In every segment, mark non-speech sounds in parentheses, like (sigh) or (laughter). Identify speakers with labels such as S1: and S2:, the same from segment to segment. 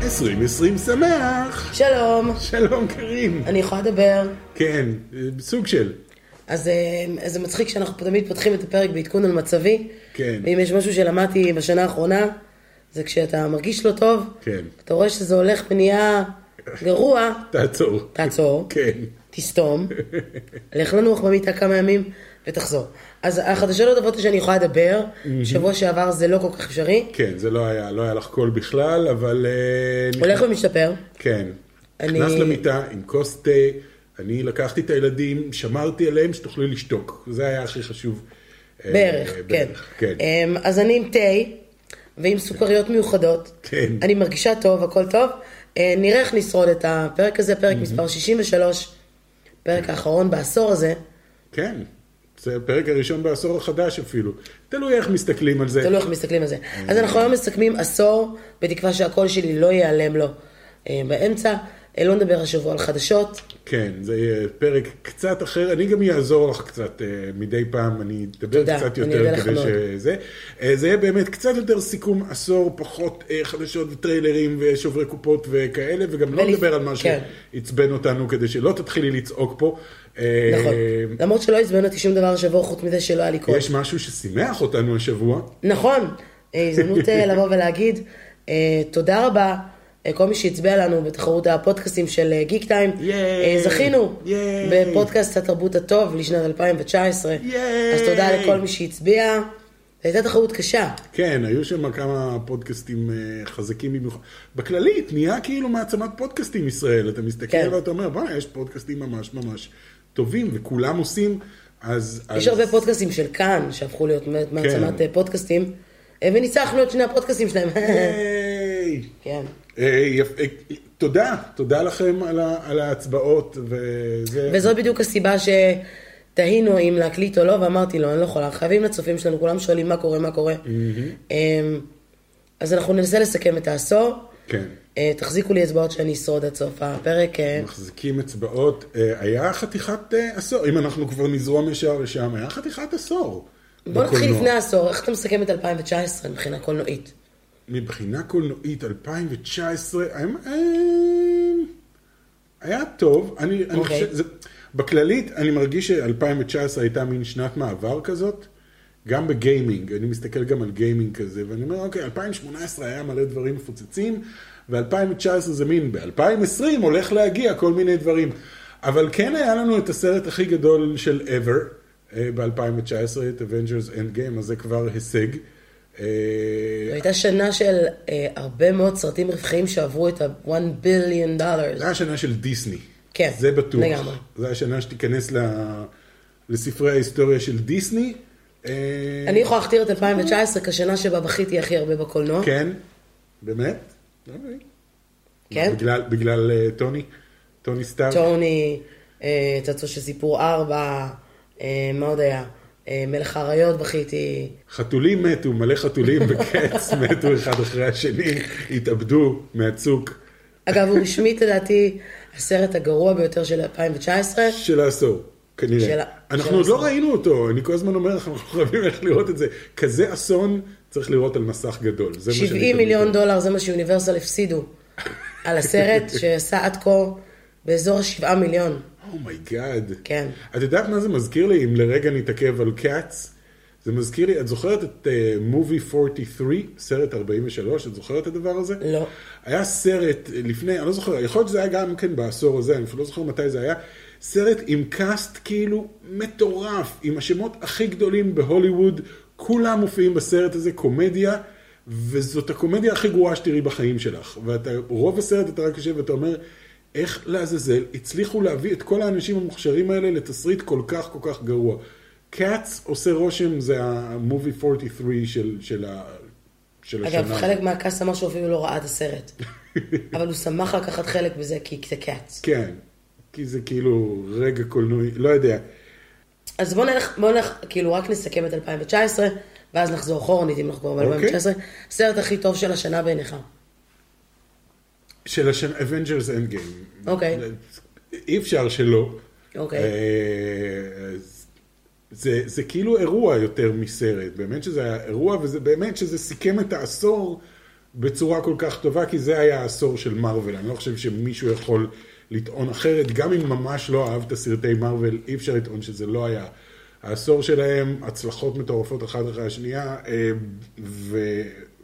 S1: 2020 שמח!
S2: שלום,
S1: שלום קרים.
S2: אני יכולה לדבר.
S1: כן, סוג של.
S2: אז אה, אז זה מצחיק שאנחנו תמיד פותחים את הפרק בעדכון על מצבי.
S1: כן.
S2: ואם יש משהו שלמדתי בשנה האחרונה, זה כשאתה מרגיש לא טוב,
S1: כן.
S2: אתה רואה שזה הולך ונהיה גרוע,
S1: תעצור.
S2: תעצור,
S1: כן. (laughs)
S2: תסתום, לך לנוח במיטה כמה ימים ותחזור. אז החדשות הטובות זה שאני יכולה לדבר, שבוע שעבר זה לא כל כך אפשרי,
S1: כן, זה לא היה, לא היה לך קול בכלל, אבל... אה,
S2: הולך ומשתפר.
S1: כן.
S2: אני-
S1: נכנס למיטה עם כוס תה, אני לקחתי את הילדים, שמרתי עליהם שתוכלי לשתוק. זה היה הכי חשוב. אה,
S2: בערך, כן.
S1: בערך, כן.
S2: אמ, אז אני עם תה ועם סוכריות מיוחדות.
S1: כן.
S2: אני מרגישה טוב, הכל טוב. אה, נראה איך נשרוד את הפרק הזה,
S1: Mm-hmm.
S2: פרק מספר 63, פרק האחרון בעשור הזה.
S1: כן. זה הפרק הראשון בעשור החדש אפילו. תלוי איך מסתכלים על זה.
S2: תלוי איך מסתכלים על זה.
S1: Mm-hmm.
S2: אז אנחנו היום מסכמים עשור, בתקווה שהקול שלי לא ייעלם לו אה, באמצע. אה, לא נדבר השבוע על חדשות.
S1: כן, זה יהיה פרק קצת אחר, אני גם אעזור לך קצת אה, מדי פעם, אני אדבר
S2: תודה,
S1: קצת
S2: אני
S1: יותר
S2: אודה לך
S1: כדי
S2: מאוד.
S1: שזה. אה, זה יהיה באמת קצת יותר סיכום עשור, פחות אה, חדשות וטריילרים ושוברי קופות וכאלה, וגם לא
S2: ולפ-
S1: נדבר על מה
S2: כן.
S1: שעצבן אותנו כדי שלא תתחילי לצעוק פה. אה,
S2: נכון. למרות שלא עצבן אותי שום דבר השבוע, חוץ מזה שלא היה לי קול.
S1: יש משהו ששימח אותנו השבוע,
S2: נכון, אה, הזדמנות אה, לבוא ולהגיד אה, תודה רבה. אה, כל מי שהצביע לנו בתחרות הפודקאסטים של אה, גיק טיים,
S1: ייי.
S2: אה, זכינו
S1: ייי.
S2: בפודקאסט התרבות הטוב לשנת 2019.
S1: ייי.
S2: אז תודה לכל מי שהצביע. זו הייתה תחרות קשה.
S1: כן, היו שם כמה פודקאסטים אה, חזקים במיוחד. בכללית, נהיה כאילו מעצמת פודקאסטים ישראל. אתה מסתכל
S2: כן.
S1: ואתה אומר, בוא'נה, יש פודקאסטים ממש ממש טובים, וכולם עושים, אז...
S2: יש
S1: אז- כן.
S2: הרבה פודקאסטים של כאן שהפכו להיות באמת מעצמת אה, פודקאסטים, אה, וניצחנו את שני הפודקאסטים שלהם.
S1: היי.
S2: (laughs) כן.
S1: אה, יפ- אה, תודה, תודה לכם על ה- על ההצבעות, וזה...
S2: וזו בדיוק הסיבה שתהינו אם להקליט או לא, ואמרתי לו, אני לא יכולה, חייבים לצופים שלנו, כולם שואלים מה קורה, מה קורה. אמ, אז אנחנו ננסה לסכם את העשור.
S1: כן.
S2: אה, תחזיקו לי אצבעות שאני אשרוד עד סוף הפרק. אה,
S1: נכון. מחזיקים אצבעות, אה, היה חתיכת אה, עשור, אם אנחנו כבר נזרום ישר לשם, היה חתיכת עשור.
S2: בוא נתחיל
S1: בקולנוע.
S2: לפני העשור, איך אתה מסכם את 2019 מבחינה קולנועית?
S1: מבחינה קולנועית 2019, האם- אה, היה טוב, אני, אני
S2: אוקיי.
S1: חושב, זה, בכללית אני מרגיש ש-2019 הייתה מין שנת מעבר כזאת, גם בגיימינג, אני מסתכל גם על גיימינג כזה, ואני אומר, אוקיי, 2018 היה מלא דברים מפוצצים, ו-2019 זה מין, ב-2020 הולך להגיע כל מיני דברים. אבל כן היה לנו את הסרט הכי גדול של ever אה, ב-2019, את Avengers Endgame, אז זה כבר הישג.
S2: זו
S1: אה,
S2: הייתה שנה של אה, הרבה מאוד סרטים רווחיים שעברו את ה-1 ביליון דולר.
S1: זה היה השנה של דיסני.
S2: כן,
S1: זה בטוח.
S2: לגמרי.
S1: זה היה השנה שתיכנס ל... לספרי ההיסטוריה של דיסני. אה,
S2: אני יכולה להכתיר את 2019 כשנה שבה בכיתי הכי הרבה בקולנוע.
S1: כן, באמת? לא מבין.
S2: כן?
S1: בגלל, בגלל אה, טוני? טוני סטאר?
S2: טוני, אה, צצו של סיפור ארבע, אה, מה עוד היה? אה, מלך האריות בכיתי.
S1: חתולים מתו, מלא חתולים
S2: (laughs)
S1: בקץ מתו אחד אחרי השני, התאבדו מהצוק
S2: אגב, הוא רשמית לדעתי הסרט הגרוע ביותר של 2019.
S1: של העשור, כנראה.
S2: של ה- של
S1: אנחנו עוד לא
S2: העשור.
S1: ראינו אותו, אני כל הזמן אומר לך, אנחנו חייבים ללכת לראות את זה. כזה אסון צריך לראות על מסך גדול. זה מה שאני
S2: 70
S1: תמיד
S2: מיליון דולר זה מה שיוניברסל הפסידו על
S1: (laughs)
S2: הסרט שעשה עד כה באזור ה-7 מיליון.
S1: אומייגאד.
S2: כן.
S1: Oh את יודעת מה זה מזכיר לי? אם לרגע נתעכב על קאץ, זה מזכיר לי, את זוכרת את מובי uh, 43, סרט 43, את זוכרת את הדבר הזה?
S2: לא.
S1: היה סרט אה, לפני, אני לא זוכר, יכול להיות שזה היה גם כן בעשור הזה, אני אפילו לא זוכר מתי זה היה, סרט עם קאסט כאילו מטורף, עם השמות הכי גדולים בהוליווד, כולם מופיעים בסרט הזה, קומדיה. וזאת הקומדיה הכי גרועה שתראי בחיים שלך. ואתה, רוב הסרט אתה רק יושב ואתה אומר, איך לעזאזל הצליחו להביא את כל האנשים המוכשרים האלה לתסריט כל כך כל כך גרוע. קאץ עושה רושם, זה המובי 43 של, של, ה, של השנה.
S2: אגב, חלק מהקאסט אמר שהוא אפילו לא ראה את הסרט. אבל הוא שמח לקחת חלק בזה כי זה קאץ.
S1: כן, כי זה כאילו רגע קולנועי, לא יודע.
S2: אז בואו נלך, בואו נלך, כאילו רק נסכם את 2019, ואז נחזור אחורנית אם נחזור
S1: אוקיי.
S2: ב-2019. הסרט הכי טוב של השנה בעיניך.
S1: של השנה, Avengers Endgame.
S2: אוקיי.
S1: אי אפשר שלא.
S2: אוקיי.
S1: אה, זה, זה כאילו אירוע יותר מסרט, באמת שזה היה אירוע, וזה באמת שזה סיכם את העשור בצורה כל כך טובה, כי זה היה העשור של מארוול. אני לא חושב שמישהו יכול לטעון אחרת, גם אם ממש לא אהבת סרטי מארוול, אי אפשר לטעון שזה לא היה. העשור שלהם, הצלחות מטורפות אחת אחרי השנייה, אה, ו...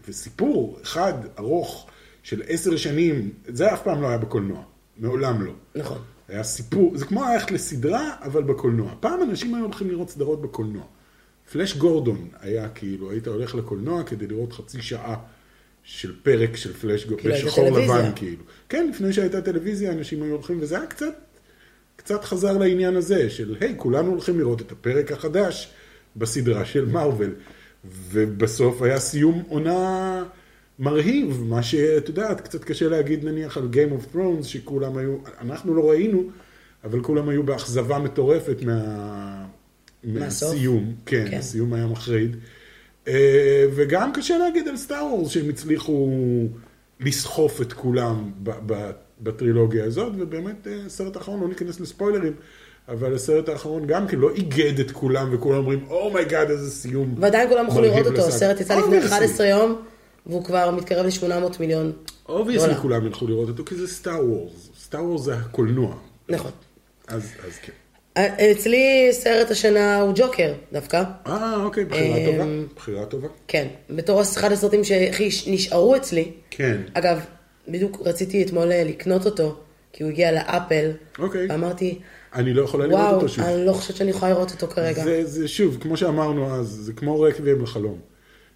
S1: וסיפור אחד ארוך של עשר שנים, זה אף פעם לא היה בקולנוע, מעולם לא.
S2: נכון.
S1: היה סיפור, זה כמו ללכת לסדרה, אבל בקולנוע. פעם אנשים היו הולכים לראות סדרות בקולנוע. פלאש גורדון היה כאילו, היית הולך לקולנוע כדי לראות חצי שעה של פרק של פלאש גורדון,
S2: כאילו, הייתה
S1: בשחור
S2: טלוויזיה.
S1: לבן כאילו. כן, לפני שהייתה טלוויזיה, אנשים היו הולכים, וזה היה קצת, קצת חזר לעניין הזה, של היי, כולנו הולכים לראות את הפרק החדש בסדרה של מארוול. ובסוף היה סיום עונה מרהיב, מה שאת יודעת, קצת קשה להגיד נניח על Game of Thrones, שכולם היו, אנחנו לא ראינו, אבל כולם היו באכזבה מטורפת מה...
S2: מהסוף?
S1: מהסיום. כן,
S2: כן.
S1: כן, הסיום היה מחריד. אה, וגם קשה להגיד על סטאר וורס שהם הצליחו לסחוף את כולם ב- ב- בטרילוגיה הזאת, ובאמת אה, הסרט האחרון, לא ניכנס לספוילרים, אבל הסרט האחרון גם כן לא איגד את כולם, וכולם אומרים, אומייגאד, איזה סיום.
S2: ועדיין כולם יכולים
S1: מרהיב
S2: לראות אותו,
S1: לסאגה."
S2: הסרט יצא לפני
S1: Obviously.
S2: 11 יום, והוא כבר מתקרב ל-800 מיליון.
S1: אובייסלי
S2: דולר.
S1: כולם ילכו לראות אותו, כי זה סטאר וורס. סטאר וורס זה הקולנוע.
S2: נכון.
S1: אז, אז כן.
S2: אה, אצלי סרט השנה הוא ג'וקר דווקא.
S1: אה, אוקיי, בחירה טובה.
S2: אמ,
S1: בחירה טובה.
S2: כן, בתור אחד הסרטים שהכי נשארו אצלי.
S1: כן.
S2: אגב, בדיוק רציתי אתמול אה, לקנות אותו, כי הוא הגיע לאפל.
S1: אוקיי.
S2: ואמרתי,
S1: אני לא יכולה לראות
S2: וואו,
S1: אותו שוב.
S2: אני לא חושבת שאני יכולה לראות אותו כרגע.
S1: זה, זה שוב, כמו שאמרנו אז, זה כמו רקבים לחלום.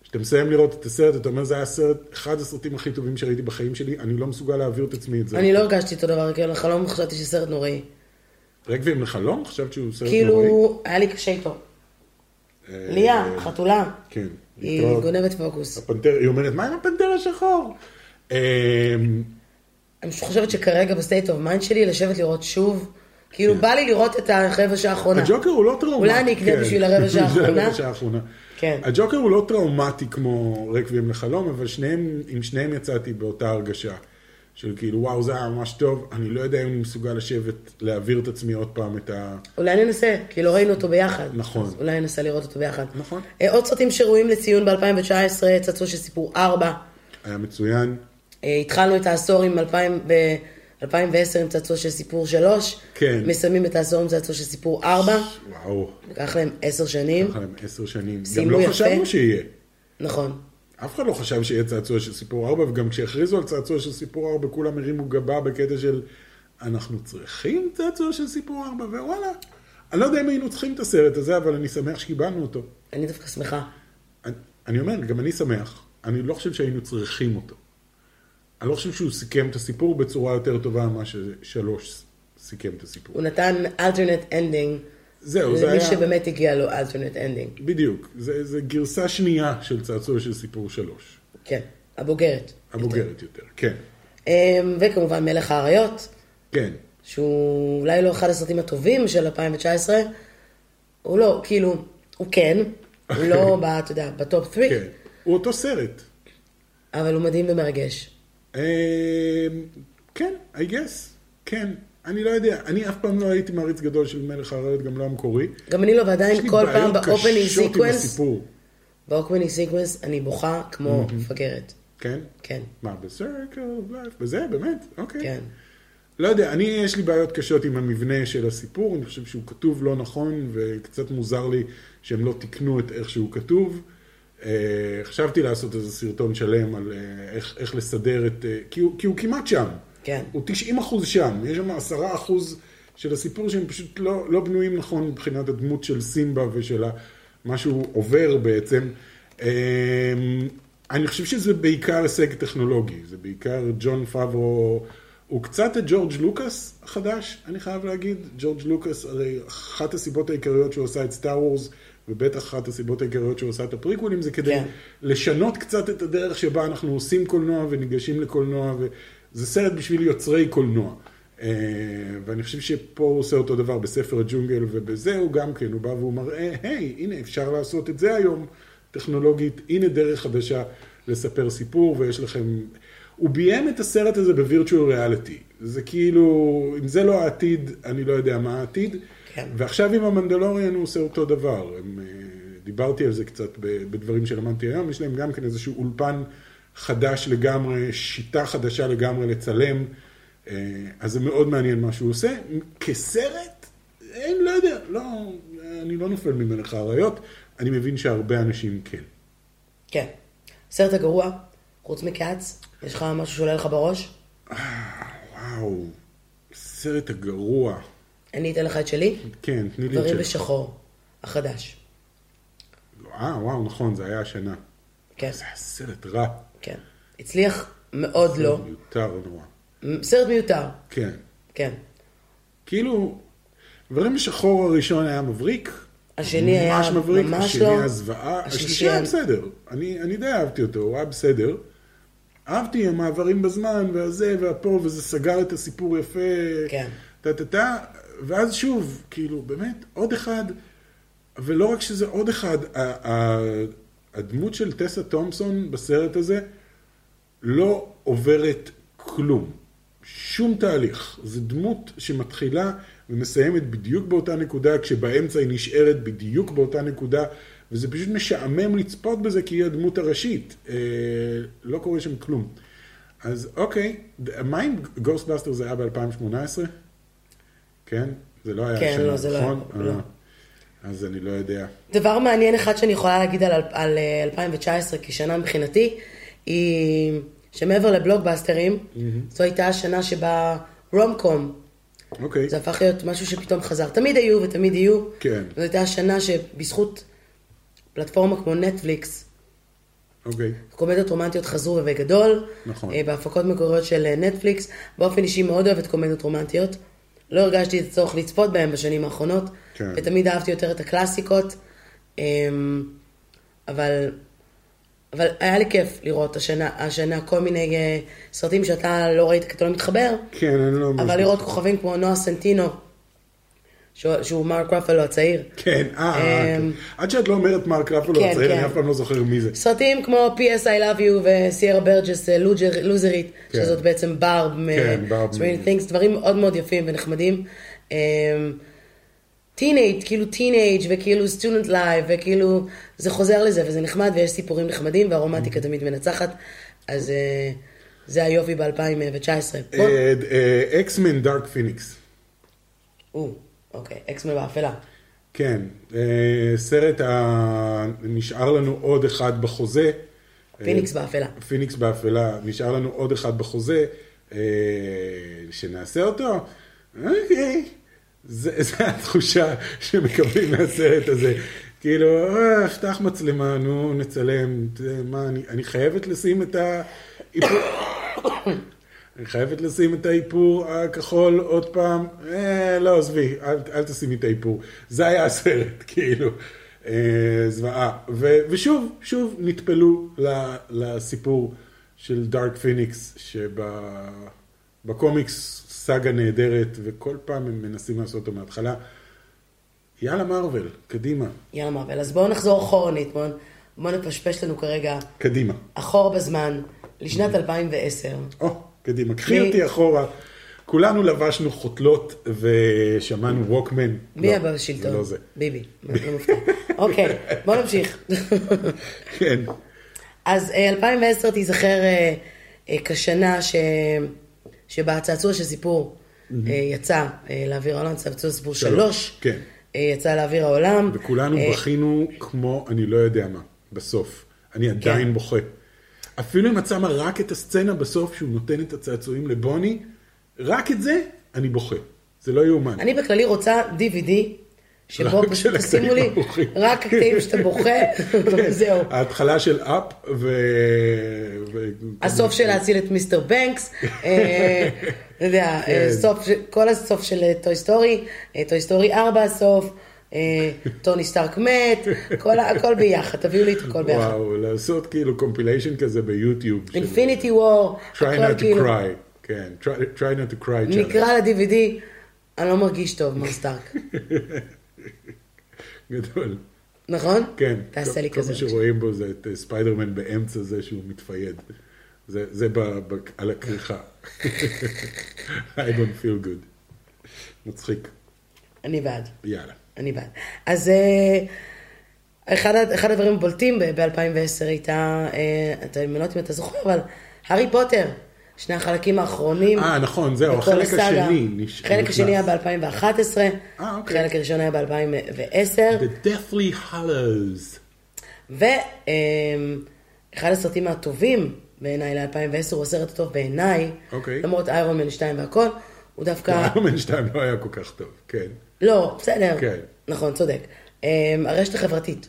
S1: כשאתה מסיים לראות את הסרט, אתה אומר, זה היה סרט, אחד הסרטים הכי טובים שראיתי בחיים שלי, אני לא מסוגל להעביר את עצמי את זה. נכון.
S2: אני לא הרגשתי אותו דבר, כאילו, לחלום חשבתי שסרט נוראי.
S1: רקבים לחלום? חשבת שהוא סרט נוראי?
S2: כאילו, היה לי קשה איתו.
S1: אה,
S2: ליה, חתולה.
S1: כן.
S2: היא
S1: להתראות.
S2: גונבת פוקוס.
S1: הפנתר, היא אומרת, מה עם הפנתר השחור? אמ,
S2: אני פשוט חושבת שכרגע בסטייט אוף מיינד שלי, לשבת לראות שוב, כאילו בא לי לראות את הרבע שעה האחרונה.
S1: כן. הג'וקר הוא לא טראומטי.
S2: אולי אני אקנה בשביל הרבע שעה
S1: בשביל
S2: האחרונה.
S1: הרבע שעה האחרונה.
S2: כן.
S1: הג'וקר הוא לא טראומטי כמו רקבים לחלום, אבל שניהם, עם שניהם יצאתי באותה הרגשה. של כאילו, וואו, זה היה ממש טוב, אני לא יודע אם אני מסוגל לשבת, להעביר את עצמי עוד פעם את ה...
S2: אולי ננסה, כי לא ראינו אותו ביחד.
S1: נכון.
S2: אז אולי ננסה לראות אותו ביחד.
S1: נכון.
S2: אה, עוד סרטים שראויים לציון ב-2019, צצו של סיפור 4.
S1: היה מצוין.
S2: אה, התחלנו את העשור עם 2000 ב... 2010 עם צעצוע של סיפור 3,
S1: כן.
S2: מסיימים את העשור עם צעצוע של סיפור 4,
S1: וואו,
S2: לקח להם 10 שנים,
S1: לקח להם עשר שנים. גם
S2: סיימו
S1: לא
S2: יפה.
S1: חשבנו שיהיה.
S2: נכון,
S1: אף אחד לא חשב שיהיה צעצוע של סיפור ארבע, וגם כשהכריזו על צעצוע של סיפור ארבע, כולם הרימו גבה בקטע של אנחנו צריכים צעצוע של סיפור ארבע, ווואלה. אני לא יודע אם היינו צריכים את הסרט הזה, אבל אני שמח שקיבלנו אותו.
S2: אני דווקא שמחה.
S1: אני, אני אומר, גם אני שמח. אני לא חושב שהיינו צריכים אותו. אני לא חושב שהוא סיכם את הסיפור בצורה יותר טובה ממה ששלוש סיכם את הסיפור.
S2: הוא נתן alternate ending,
S1: זהו, זה
S2: למי
S1: היה...
S2: שבאמת הגיע לו alternate ending,
S1: בדיוק. זה, זה גרסה שנייה של צעצוע של סיפור שלוש.
S2: כן, הבוגרת.
S1: הבוגרת יותר. כן.
S2: אמ, וכמובן מלך האריות,
S1: כן.
S2: שהוא אולי לא אחד הסרטים הטובים של 2019, הוא לא, כאילו, הוא כן, הוא לא,
S1: (laughs)
S2: ב- אתה יודע, בטופ 3,
S1: כן. הוא אותו סרט.
S2: אבל הוא מדהים ומרגש.
S1: אמ, כן, I guess, כן. אני לא יודע, אני אף פעם לא הייתי מעריץ גדול של מלך האריות, גם לא המקורי.
S2: גם אני לא,
S1: יש
S2: ועדיין
S1: לי
S2: כל פעם
S1: בעיות
S2: באופנינג
S1: קשות עם
S2: סיקוונס,
S1: הסיפור,
S2: באופנינג סיקוונס אני בוכה כמו מפגרת.
S1: כן?
S2: כן,
S1: מה, בסרקל, בזה, באמת? אוקיי.
S2: כן.
S1: לא יודע, אני, יש לי בעיות קשות עם המבנה של הסיפור, אני חושב שהוא כתוב לא נכון, וקצת מוזר לי שהם לא תיקנו את איך שהוא כתוב. אה, חשבתי לעשות איזה סרטון שלם על אה, איך, איך לסדר את... אה, כי, הוא, כי הוא כמעט שם.
S2: כן.
S1: הוא 90 אחוז שם, יש שם 10 אחוז של הסיפור שהם פשוט לא, לא בנויים נכון מבחינת הדמות של סימבה ושל ה- מה שהוא עובר בעצם. אה, אני חושב שזה בעיקר הישג טכנולוגי, זה בעיקר ג'ון פאברו, הוא קצת הג'ורג' לוקאס החדש, אני חייב להגיד. ג'ורג' לוקאס, הרי אחת הסיבות העיקריות שהוא עשה את סטאר וורס, ובטח אחת הסיבות העיקריות שהוא עשה את הפריקוולים, זה כדי
S2: כן.
S1: לשנות קצת את הדרך שבה אנחנו עושים קולנוע וניגשים לקולנוע, וזה סרט בשביל יוצרי קולנוע. אה, ואני חושב שפה הוא עושה אותו דבר בספר הג'ונגל ובזה הוא גם כן, הוא בא והוא מראה, היי, הנה אפשר לעשות את זה היום טכנולוגית, הנה דרך חדשה לספר סיפור ויש לכם... הוא ביים את הסרט הזה בווירטואל ריאליטי. זה כאילו, אם זה לא העתיד, אני לא יודע מה העתיד.
S2: כן.
S1: ועכשיו עם המנדלוריאן הוא עושה אותו דבר. הם, אה, דיברתי על זה קצת ב- בדברים שלמדתי היום, יש להם גם כן איזשהו אולפן חדש לגמרי, שיטה חדשה לגמרי לצלם, אה, אז זה מאוד מעניין מה שהוא עושה. כסרט, אין, לא יודע, לא, אני לא נופל ממלך האריות, אני מבין שהרבה אנשים כן.
S2: כן. הסרט הגרוע, חוץ מכץ, יש לך משהו שעולה לך בראש?
S1: וואו, סרט הגרוע.
S2: אני אתן לך את שלי.
S1: כן, תני לי את
S2: דברים
S1: שלך.
S2: בשחור, החדש.
S1: אה, וואו, נכון, זה היה השנה.
S2: כן,
S1: זה היה סרט רע,
S2: כן. הצליח מאוד לא.
S1: מיותר נורא.
S2: מ- סרט מיותר,
S1: כן.
S2: כן.
S1: כאילו, גברים בשחור הראשון היה מבריק.
S2: השני היה
S1: ממש מבריק,
S2: ממש
S1: השני
S2: לא.
S1: היה זוועה.
S2: השלישי
S1: השלישי היה
S2: היה-
S1: בסדר. אני, אני די אהבתי אותו, הוא היה בסדר. אהבתי המעברים בזמן, והזה והפה, וזה סגר את הסיפור יפה.
S2: כן.
S1: טה-טה-טה, ואז שוב, כאילו, באמת, עוד אחד, ולא רק שזה עוד אחד, ה- ה- הדמות של טסה תומפסון בסרט הזה לא עוברת כלום. שום תהליך. זו דמות שמתחילה ומסיימת בדיוק באותה נקודה, כשבאמצע היא נשארת בדיוק באותה נקודה, וזה פשוט משעמם לצפות בזה, כי היא הדמות הראשית. אה, לא קורה שם כלום. אז אוקיי, מה אם גוסטבאסטר זה היה ב-2018? כן? זה לא היה
S2: כן,
S1: השנה,
S2: לא, זה לא
S1: נכון?
S2: היה, לא.
S1: אה, אז אני לא יודע.
S2: דבר מעניין אחד שאני יכולה להגיד על, על אה, 2019 כשנה מבחינתי, היא שמעבר לבלוקבאסטרים, זו הייתה השנה שבה רומקום,
S1: אוקיי.
S2: זה הפך להיות משהו שפתאום חזר. תמיד היו ותמיד יהיו.
S1: כן.
S2: זו הייתה השנה שבזכות פלטפורמה כמו נטפליקס,
S1: אוקיי.
S2: קומדיות רומנטיות חזרו ובגדול.
S1: נכון.
S2: אה, בהפקות מקוריות של אה, נטפליקס. באופן אישי מאוד אוהבת קומדיות רומנטיות. לא הרגשתי את הצורך לצפות בהן בשנים האחרונות.
S1: כן.
S2: ותמיד אהבתי יותר את הקלאסיקות. אמ, אבל... אבל היה לי כיף לראות השנה, השנה כל מיני אה, סרטים שאתה לא ראית כי אתה לא מתחבר,
S1: כן, אני לא...
S2: אבל לראות כוכבים כמו נועה סנטינו, שהוא, שהוא מרק רפלו הצעיר.
S1: כן, אה, אה,
S2: אמ,
S1: כן. עד שאת לא אומרת מרק רפלו
S2: כן,
S1: הצעיר, אני
S2: כן.
S1: אף פעם לא זוכר מי זה.
S2: סרטים כמו P.S. I Love You וסיירה ברג'ס אה, לוג'ר- לוזרית,
S1: כן.
S2: שזאת בעצם ברב מ-
S1: כן, ברב
S2: Stranger
S1: מ-
S2: Things, דברים מאוד מאוד יפים ונחמדים. טינאייג', כאילו טינאייג' וכאילו סטודנט לייב, וכאילו זה חוזר לזה וזה נחמד ויש סיפורים נחמדים
S1: Mm-hmm.
S2: והרומנטיקה תמיד מנצחת, אז אה, זה היופי ב-2019.
S1: אה. אקסמן דארק פיניקס.
S2: אוקיי, אקסמן באפלה.
S1: כן, אה, סרט ה... נשאר לנו עוד אחד בחוזה. אה,
S2: פיניקס באפלה.
S1: פיניקס באפלה, נשאר לנו עוד אחד בחוזה, אה, שנעשה אותו, אוקיי. זה, זה התחושה שמקבלים מהסרט הזה. כאילו, אה, אפתח מצלמה, נו, נצלם, זה, מה, אני, אני חייבת לשים את האיפור... אני חייבת לשים את האיפור הכחול עוד פעם. אה, לא, עזבי, אל, אל תשימי את האיפור. זה היה הסרט, (laughs) כאילו. אה, זוועה. ו, ושוב, שוב נטפלו ל, לסיפור של דארק פיניקס, שבקומיקס סאגה נהדרת, וכל פעם הם מנסים לעשות אותו מההתחלה. יאללה מרוויל, קדימה,
S2: יאללה מרוויל. אז בואו נחזור אחורנית, בואו בואו נפשפש לנו כרגע
S1: קדימה.
S2: אחור בזמן, לשנת 2010.
S1: או, קדימה, קחי
S2: מי-
S1: אותי אחורה. כולנו לבשנו חותלות ושמענו ווקמן.
S2: מי
S1: לא,
S2: הבא בשלטון?
S1: זה לא זה.
S2: ביבי. לא מופתע. אוקיי, בואו נמשיך.
S1: כן.
S2: אז אה, 2010 תיזכר אה, אה, כשנה ש- שבה הצעצוע של סיפור אה, יצא אה, לאוויר העולם, צעצוע סיפור
S1: שלוש,
S2: שלוש,
S1: כן.
S2: אה, יצא לאוויר העולם.
S1: וכולנו
S2: אה,
S1: בכינו כמו אני לא יודע מה, בסוף.
S2: כן.
S1: אני עדיין בוכה. אפילו אם את שמה רק את הסצנה בסוף שהוא נותן את הצעצועים לבוני, רק את זה אני בוכה. זה לא יאומן.
S2: אני בכללי רוצה DVD, שבו
S1: רק של
S2: פשוט
S1: הקטעים
S2: תשימו לי
S1: הבוכים.
S2: רק הקטעים שאתה בוכה,
S1: כן.
S2: (laughs) זהו.
S1: ההתחלה של אפ ו... ו-
S2: הסוף של להציל את מיסטר בנקס, אה, אתה יודע,
S1: כן.
S2: אה, סוף, של- כל הסוף של אה, טוי סטורי, אה, טוי סטורי 4 הסוף, אה, טוני סטארק מת, כל ה- הכל ביחד, תביאו לי את הכל ביחד.
S1: וואו, לעשות כאילו קומפיליישן כזה ביוטיוב. של-
S2: אינפיניטי וור,
S1: Try
S2: הכל
S1: not to
S2: כאילו,
S1: cry, כן, try, try not to cry challenge,
S2: נקרא ל-DVD, אני לא מרגיש טוב, מר סטארק,
S1: גדול,
S2: נכון?
S1: כן,
S2: תעשה
S1: כל-
S2: לי
S1: כל
S2: כזה.
S1: מה שרואים בו זה את אה, ספיידרמן באמצע זה שהוא מתפייד, זה, זה ב, ב, על הכריכה, (laughs) I don't feel good, מצחיק,
S2: אני בעד.
S1: יאללה,
S2: אני בעד. אז, אה, אחד, ה- אחד הדברים הבולטים ב-2010 הייתה, אה, אתה אני לא יודעת אם אתה זוכר, אבל הארי פוטר, שני החלקים האחרונים.
S1: אה, נכון, זהו,
S2: בכל
S1: החלק
S2: הסאגה.
S1: השני נש-
S2: החלק השני היה
S1: נכנס.
S2: ב-2011,
S1: אה, אוקיי.
S2: החלק הראשון היה ב-2010,
S1: The Deathly Hallows.
S2: ואחד אה, הסרטים הטובים בעיניי ל-2010, הוא הסרט הטוב בעיניי,
S1: אוקיי.
S2: למרות איירון מן 2 והכל, הוא
S1: (laughs)
S2: דווקא...
S1: איירון מן 2 לא היה כל כך טוב, כן.
S2: לא, בסדר.
S1: כן.
S2: נכון, צודק. אה, הרשת החברתית.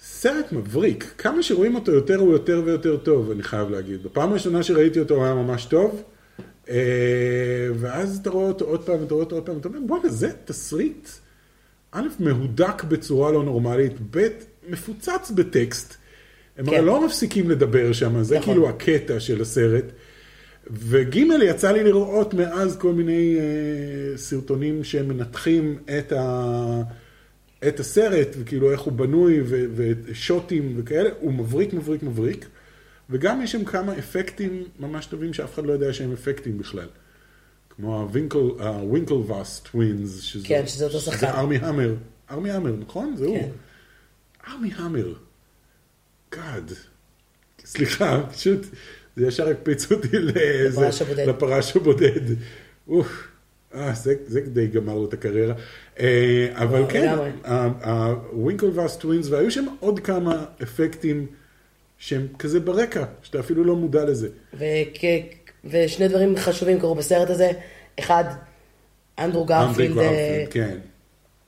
S1: סרט מבריק, כמה שרואים אותו יותר הוא יותר ויותר טוב, אני חייב להגיד. בפעם הראשונה שראיתי אותו הוא היה ממש טוב, אה, ואז אתה רואה אותו עוד פעם, אתה רואה אותו עוד פעם, אתה אומר, בואנה, זה תסריט, א', מהודק בצורה לא נורמלית, ב', מפוצץ בטקסט. הם הרי
S2: כן.
S1: לא מפסיקים לדבר שם, זה
S2: נכון.
S1: כאילו הקטע של הסרט. וג' יצא לי לראות מאז כל מיני אה, סרטונים שמנתחים את, ה, את הסרט, וכאילו איך הוא בנוי, ו- ושוטים וכאלה, הוא מבריק, מבריק, מבריק. וגם יש שם כמה אפקטים ממש טובים שאף אחד לא יודע שהם אפקטים בכלל. כמו הווינקל- הווינקלווסט טווינס, שזה,
S2: כן, שזה אותו שחקן.
S1: שזה ארמי המר. ארמי המר, נכון? זה
S2: כן.
S1: הוא. ארמי המר. גאד. סליחה, פשוט, זה ישר הקפיץ אותי לאיזה...
S2: לפרש הבודד.
S1: לפרש הבודד. אוף. אה, זה, זה די גמר לו את הקריירה. אה, אבל
S2: וואו,
S1: כן,
S2: לגמרי.
S1: הווינקלווסט טווינס, והיו שם עוד כמה אפקטים שהם כזה ברקע, שאתה אפילו לא מודע לזה.
S2: וכ- ושני דברים חשובים קרו בסרט הזה. אחד, אנדרו גרפילד,
S1: אנדרי
S2: אה,
S1: גרפילד, כן.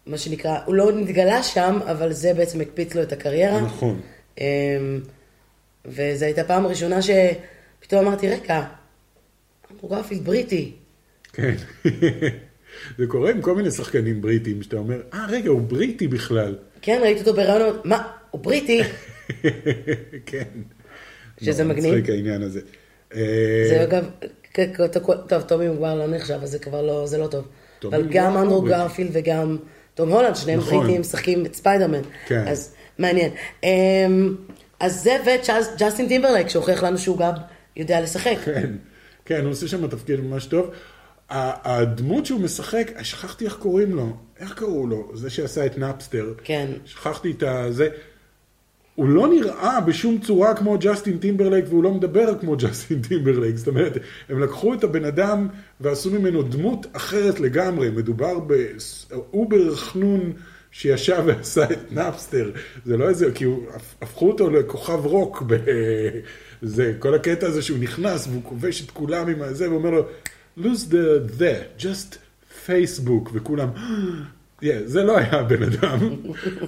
S2: מה שנקרא, הוא לא נתגלה שם, אבל זה בעצם הקפיץ לו את הקריירה.
S1: נכון.
S2: אמ, וזו הייתה פעם ראשונה שפתאום אמרתי, רגע, אנדרו גרפילד בריטי.
S1: כן. (laughs) זה קורה עם כל מיני שחקנים בריטים, שאתה אומר, אה, רגע, הוא בריטי בכלל.
S2: כן, ראיתי אותו בראיונות, מה, הוא בריטי?
S1: (laughs) כן.
S2: שזה
S1: נורא
S2: מגניב.
S1: מצחיק העניין הזה. אה,
S2: זה אגב, כ- כ- אתה כל- טוב, טומי מוגבר לא נחשב, אז זה כבר לא, זה לא טוב.
S1: טומי
S2: אבל גם
S1: מוגבר
S2: אנדרו
S1: הוא בריטי.
S2: גרפילד וגם תום הולנד, שניהם
S1: נכון.
S2: בריטים, משחקים את ספיידרמן.
S1: כן.
S2: אז מעניין. אמ, אז זה וג'סטין טימברלייק, שהוכיח לנו שהוא גם יודע לשחק.
S1: כן, כן, הוא עושה שם תפקיד ממש טוב. ה- הדמות שהוא משחק, שכחתי איך קוראים לו, איך קראו לו? זה שעשה את נאפסטר.
S2: כן.
S1: שכחתי את הזה. הוא לא נראה בשום צורה כמו ג'סטין טימברלייק, והוא לא מדבר כמו ג'סטין טימברלייק. זאת אומרת, הם לקחו את הבן אדם ועשו ממנו דמות אחרת לגמרי. מדובר באובר חנון שישב ועשה את נאפסטר. זה לא איזה, כי הוא, הפכו אותו לכוכב רוק. ב... זה, כל הקטע הזה שהוא נכנס והוא כובש את כולם עם הזה, ואומר לו, lose the the, just פייסבוק, וכולם, yeah, זה לא היה הבן אדם,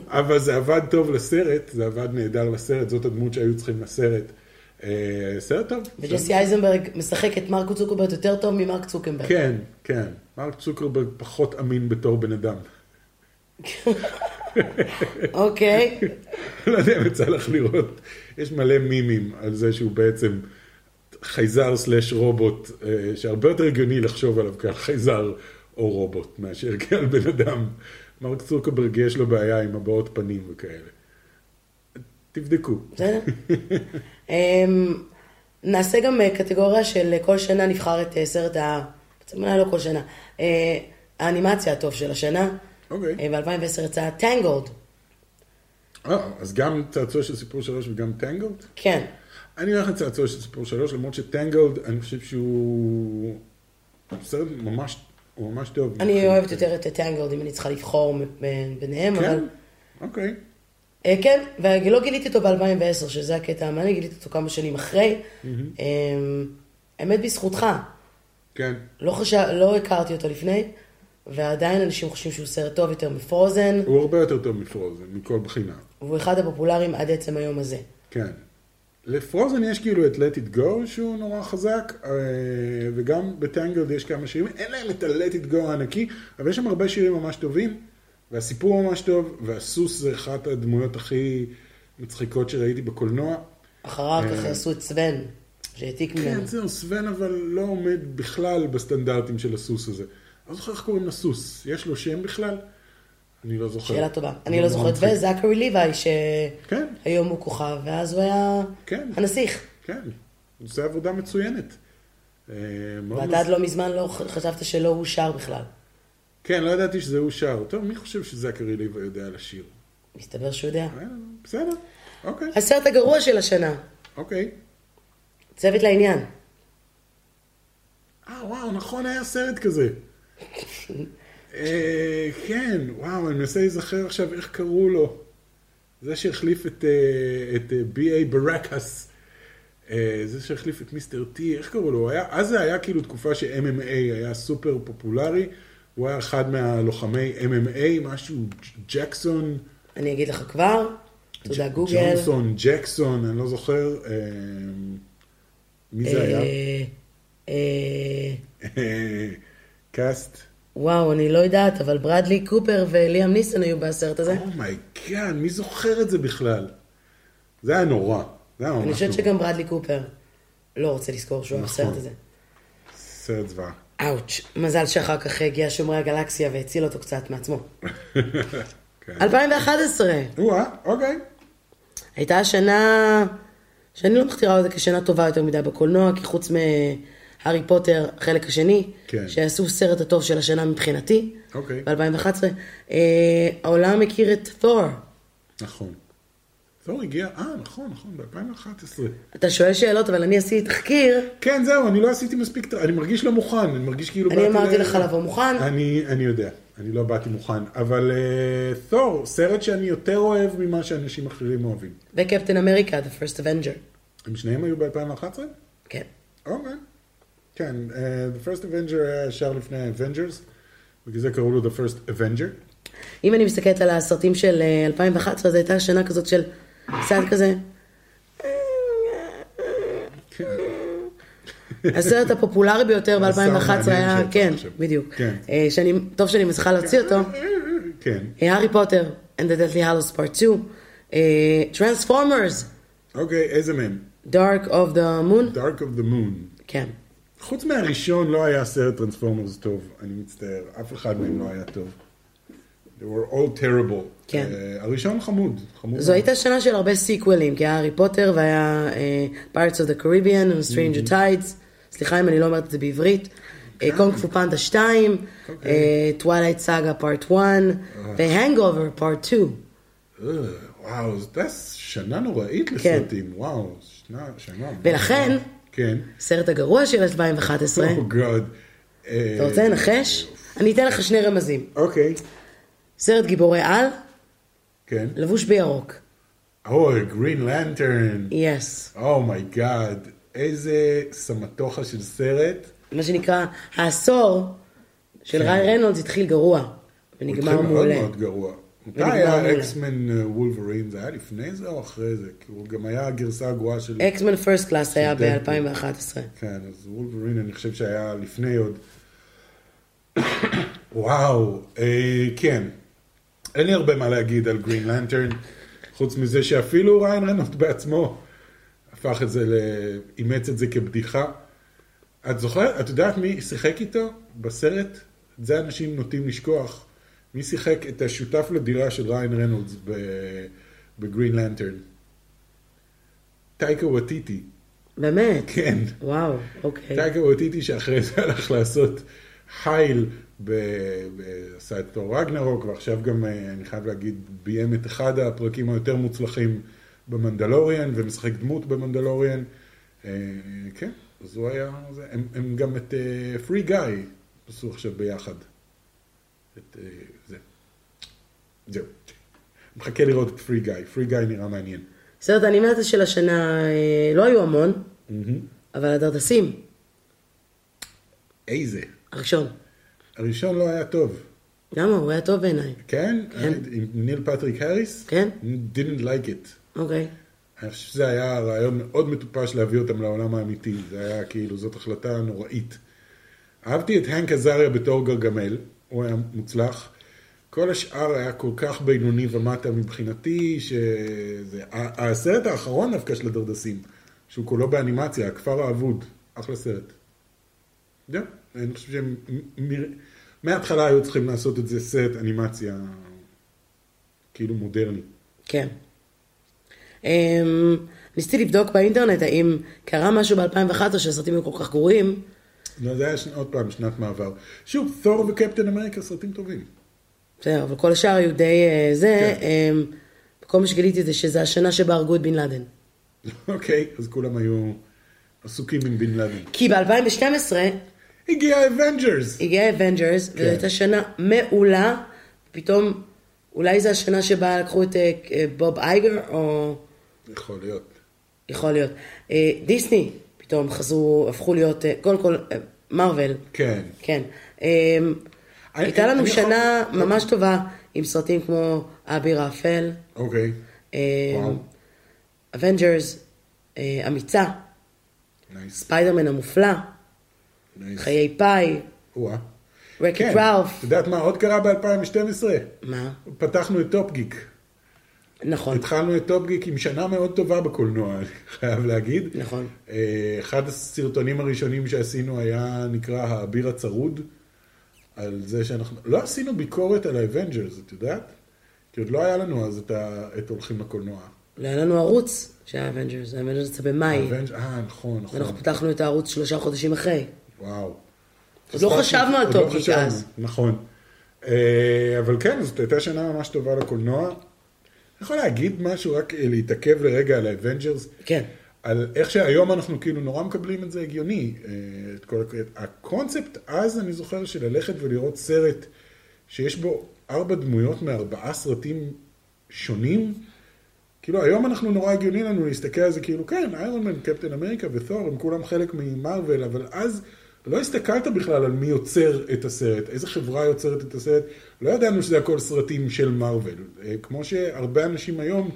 S1: אבל זה עבד טוב לסרט, זה עבד נהדר לסרט, זאת הדמות שהיו צריכים לסרט. אה, סרט טוב.
S2: וג'סי אייזנברג משחק את מרק צוקרברט יותר טוב ממרק צוקרברט.
S1: כן, כן. מרק צוקרברג פחות אמין בתור בן אדם. כן.
S2: (laughs) אוקיי.
S1: לא יודע אם יצא לך לראות, יש מלא מימים על זה שהוא בעצם חייזר סלאש רובוט, אה, שהרבה יותר הגיוני לחשוב עליו כעל חייזר או רובוט, מאשר (laughs) כעל בן אדם. מרק צוקרברג יש לו בעיה עם הבעות פנים וכאלה.
S2: (laughs)
S1: תבדקו.
S2: בסדר? אמ, נעשה גם אה, קטגוריה של אה, כל שנה נבחר את אה, סרט ה... בעצם אולי לא כל שנה. אה, האנימציה הטוב של השנה.
S1: אוקיי.
S2: ב-2010 יצא טנגולד.
S1: אה, אז גם צעצוע של סיפור שלוש וגם טנגלד?
S2: כן.
S1: אני הולך לצעצוע של סיפור שלוש, למרות שטנגלד, אני חושב שהוא... סרט ממש, הוא ממש טוב.
S2: אני אוהבת יותר את טנגולד, אם אני צריכה לבחור מ- ב- ביניהם, אבל...
S1: כן? אוקיי.
S2: אה, כן, ולא גיליתי אותו ב-2010, שזה הקטע המעניין, גיליתי אותו כמה שנים אחרי. אמ, האמת בזכותך.
S1: כן.
S2: לא חשב... לא הכרתי אותו לפני, ועדיין אנשים חושבים שהוא סרט טוב יותר מפרוזן.
S1: הוא הרבה יותר טוב מפרוזן, מכל בחינה.
S2: והוא אחד הפופולריים עד עצם היום הזה.
S1: כן. לפרוזן יש כאילו את let it go שהוא נורא חזק, אה, וגם בטנגלד יש כמה שירים, אין להם את ה-let it go הענקי, אבל יש שם הרבה שירים ממש טובים, והסיפור ממש טוב, והסוס זה אחת הדמויות הכי מצחיקות שראיתי בקולנוע.
S2: אחר כך
S1: אה.
S2: עשו את סוון, שהעתיק ממנו.
S1: כן, זהו, סוון אבל לא עומד בכלל בסטנדרטים של הסוס הזה. אני לא זוכר איך קוראים לסוס, יש לו שם בכלל? אני לא זוכר.
S2: שאלה טובה. אני
S1: זה
S2: לא
S1: נורא
S2: זוכרת,
S1: מצחיק.
S2: וזכרי ליוואי,
S1: כן.
S2: שהיום הוא כוכב, ואז הוא היה
S1: כן.
S2: הנסיך.
S1: כן, הוא עושה עבודה מצוינת. אה, מאוד
S2: ואתה עד לא מזמן לא ח- חשבת שלא הוא שר בכלל.
S1: כן, לא ידעתי שזה הוא שר. טוב, מי חושב שזכרי ליבה יודע לשיר?
S2: מסתבר שהוא יודע.
S1: אה, בסדר, אוקיי,
S2: הסרט הגרוע של השנה,
S1: אוקיי.
S2: צוות לעניין.
S1: אה, וואו, נכון, היה סרט כזה. אה, כן, וואו, אני מנסה להיזכר עכשיו איך קראו לו. זה שהחליף את, אה, את אה, בי.איי ברקס. אה, זה שהחליף את מיסטר טי, איך קראו לו? הוא היה, אז זה היה כאילו תקופה ש-MMA היה סופר פופולרי. הוא היה אחד מהלוחמי MMA, משהו ג'קסון,
S2: אני אגיד לך כבר, תודה
S1: ג'-
S2: גוגל.
S1: ג'ונסון, ג'קסון, אני לא זוכר. אה, מי זה היה?
S2: אה, אה,
S1: אה, קאסט.
S2: וואו, אני לא יודעת, אבל ברדלי קופר וליאם ניסן היו בסרט
S1: אה,
S2: הזה.
S1: אומייגאד, Oh מי זוכר את זה בכלל? זה היה נורא. זה היה ממש
S2: אני
S1: נורא.
S2: חושבת שגם ברדלי קופר לא רוצה לזכור שהוא היה
S1: נכון.
S2: בסרט הזה.
S1: סרט
S2: (laughs)
S1: זוועה.
S2: אאוץ', מזל שאחר כך הגיע שומרי הגלקסיה והציל אותו קצת מעצמו.
S1: כן.
S2: 2011,
S1: או-אה, אוקיי.
S2: הייתה השנה שאני לא מכתירה אותה כשנה טובה יותר מדי בקולנוע, כי חוץ מהארי פוטר, החלק השני,
S1: כן.
S2: שעשו סרט הטוב של השנה מבחינתי,
S1: אוקיי.
S2: ב-2011, אה, העולם הכיר את תור.
S1: נכון. זהו, הגיע, אה, נכון, נכון, ב-2011.
S2: אתה שואל שאלות, אבל אני עשיתי תחקיר,
S1: כן, זהו, אני לא עשיתי מספיק, ת- אני מרגיש לא מוכן, אני מרגיש כאילו...
S2: אני
S1: באתי
S2: אמרתי
S1: ל-
S2: לך לבוא מוכן.
S1: אני, אני יודע, אני לא באתי מוכן. אבל אה, תור, סרט שאני יותר אוהב ממה שאנשים אחרים אוהבים.
S2: וקפטן אמריקה, The First Avenger.
S1: הם שניהם היו ב-2011?
S2: כן.
S1: אוקיי. כן, אה, The First Avenger היה ישר לפני ה-Avengers, בגלל זה קראו לו The First Avenger.
S2: אם אני מסתכלת על הסרטים של אה, 2011, אז הייתה שנה כזאת של קצת כזה. הסרט הפופולרי ביותר ב-2011
S1: מעניין
S2: היה,
S1: שאתה
S2: כן,
S1: חושב.
S2: בדיוק.
S1: כן.
S2: אה, שאני, טוב שאני מצליחה להוציא אותו.
S1: כן,
S2: אה, הארי פוטר, And the Deadly Hallows Part 2, אה, Transformers,
S1: אוקיי, איזה מהם?
S2: Dark of the Moon,
S1: Dark of the Moon.
S2: כן.
S1: חוץ מהראשון לא היה סרט טרנספורמרס טוב, אני מצטער, אף אחד מהם לא היה טוב. They were all terrible.
S2: כן.
S1: אה, הראשון חמוד, חמוד.
S2: זו
S1: מאוד.
S2: הייתה שנה של הרבה סיקוולים, כי היה הארי פוטר והיה אה, Pirates of the Caribbean and Stranger
S1: Mm-hmm.
S2: Tides, סליחה אם אני לא אומרת את זה בעברית, אה, קונג פו פנדה 2,
S1: אוקיי.
S2: טווילייט סאגה פארט 1, והנגובר פארט 2.
S1: אה, וואו, זו הייתה שנה נוראית לסרטים, וואו, שנה, שנה.
S2: כן. ולכן-
S1: כן.
S2: הסרט הגרוע
S1: אוקיי.
S2: של 2011,
S1: Oh God. אה,
S2: אתה רוצה לנחש? אני אתן לך שני רמזים.
S1: אוקיי,
S2: סרט גיבורי על,
S1: כן.
S2: לבוש בירוק.
S1: אוי, גרין לנטרן.
S2: יס.
S1: אומייגאד, איזה סמטוחה של סרט.
S2: מה שנקרא, העשור של
S1: כן.
S2: ריי רנולדס התחיל גרוע, ונגמר
S1: הוא התחיל
S2: מעולה.
S1: מאוד מאוד גרוע. מתי
S2: ונגמר
S1: היה
S2: מעולה.
S1: אקסמן וולברין? זה היה לפני זה או אחרי זה? כי הוא גם היה הגרסה הגרועה של...
S2: אקסמן פרסט קלאס היה
S1: דדפול.
S2: ב-2011.
S1: כן, אז וולברין אני חושב שהיה לפני עוד. וואו, אה, כן. אין לי הרבה מה להגיד על גרין לנטרן, חוץ מזה שאפילו ריין רנולד בעצמו הפך את זה, ל... אימץ את זה כבדיחה. את זוכרת, את יודעת מי שיחק איתו בסרט? את זה אנשים נוטים לשכוח. מי שיחק את השותף לדירה של ריין רנולדס ב... בגרין לנטרן? טייקה וטיטי.
S2: באמת?
S1: כן.
S2: וואו, אוקיי.
S1: טייגר ווטיטי שאחרי זה הלך לעשות חייל, ב- ב- עשה את תור רגנרוק, ועכשיו גם, אה, אני חייב להגיד, ביים את אחד הפרקים היותר מוצלחים במנדלוריאן, ומשחק דמות במנדלוריאן. אה, כן, אז הוא היה... זה. הם, הם גם את פרי גיא עשו עכשיו ביחד. את אה, זה. זהו. מחכה לראות את פרי גיא, פרי גיא נראה מעניין.
S2: סרט האנימציה של השנה אה, לא היו המון, אבל הדרדסים,
S1: איזה?
S2: הראשון.
S1: הראשון לא היה טוב.
S2: למה? הוא היה טוב בעיניי.
S1: כן?
S2: כן.
S1: עם ניל פטריק האריס?
S2: כן?
S1: didn't like it.
S2: אוקיי.
S1: אני חושב שזה היה רעיון מאוד מטופש להביא אותם לעולם האמיתי. זה היה כאילו, זאת החלטה נוראית. אהבתי את הנק עזריה בתור גרגמל, הוא היה מוצלח. כל השאר היה כל כך בינוני ומטה מבחינתי, שזה... ה- הסרט האחרון דווקא של הדרדסים, שהוא כולו באנימציה, הכפר האבוד, אחלה סרט. זהו, אני חושב שהם מ- מ- מההתחלה היו צריכים לעשות את זה סרט אנימציה כאילו מודרני.
S2: כן. אמ, ניסיתי לבדוק באינטרנט האם קרה משהו ב-2011 שהסרטים היו כל כך גרועים.
S1: לא, זה היה שני, עוד פעם שנת מעבר. שוב, תור וקפטן אמריקה סרטים טובים. (laughs)
S2: בסדר, אבל כל השאר היו די אה, זה.
S1: כן.
S2: אמ, כל מה שגיליתי זה שזה השנה שבה הרגו את בן לאדן.
S1: אוקיי, אז כולם היו עסוקים עם בן לאדן.
S2: כי ב-2012
S1: הגיע אבנג'רס!
S2: הגיע אבנג'רס, וזו הייתה שנה מעולה, פתאום, אולי זו השנה שבה לקחו את אה, אה, בוב אייגר, או...
S1: יכול להיות.
S2: יכול להיות. אה, דיסני, פתאום חזרו, הפכו להיות, אה, קודם כל, אה, מארוול.
S1: כן.
S2: כן. אה,
S1: אני-
S2: הייתה לנו
S1: אני יכול-
S2: שנה ממש טובה עם סרטים כמו האביר האפל,
S1: אוקיי.
S2: אה,
S1: וואו.
S2: אבנג'רס, אה, אמיצה,
S1: נייס.
S2: ספיידרמן המופלא,
S1: נייס.
S2: חיי פאי,
S1: וואה.
S2: רקט
S1: כן. את
S2: ראוף.
S1: יודעת מה עוד קרה ב-2012?
S2: מה?
S1: פתחנו את טופגיק.
S2: נכון.
S1: התחלנו את טופגיק עם שנה מאוד טובה בקולנוע, (laughs) אני חייב להגיד.
S2: נכון.
S1: אה, אחד הסרטונים הראשונים שעשינו היה נקרא האביר הצרוד, על זה שאנחנו... לא עשינו ביקורת על האבנג'רס, את יודעת? כי עוד לא היה לנו אז את, ה... את הולכים לקולנוע.
S2: לא היה לנו ערוץ שהיה אבנג'רס, אבנג'רס יצא במאי,
S1: האבנג'- אה, נכון, נכון.
S2: ואנחנו פתחנו את הערוץ שלושה חודשים אחרי.
S1: וואו.
S2: עוד לא חשבנו על
S1: עוד לא
S2: טופגיק
S1: חשבנו,
S2: אז.
S1: נכון. אה, אבל כן, זאת הייתה שנה ממש טובה לקולנוע. אני יכול להגיד משהו, רק אה, להתעכב לרגע על האבנג'רס?
S2: כן.
S1: על איך שהיום אנחנו כאילו נורא מקבלים את זה הגיוני. אה, את כל הק- הקונספט אז, אני זוכר, של ללכת ולראות סרט שיש בו ארבע דמויות מארבעה סרטים שונים, כאילו היום אנחנו נורא הגיוני לנו להסתכל על זה כאילו כן, איירון מן, קפטן אמריקה ותור הם כולם חלק ממרוויל, אבל אז לא הסתכלת בכלל על מי יוצר את הסרט, איזה חברה יוצרת את הסרט, לא ידענו שזה הכל סרטים של מרוויל, אה, כמו שהרבה אנשים היום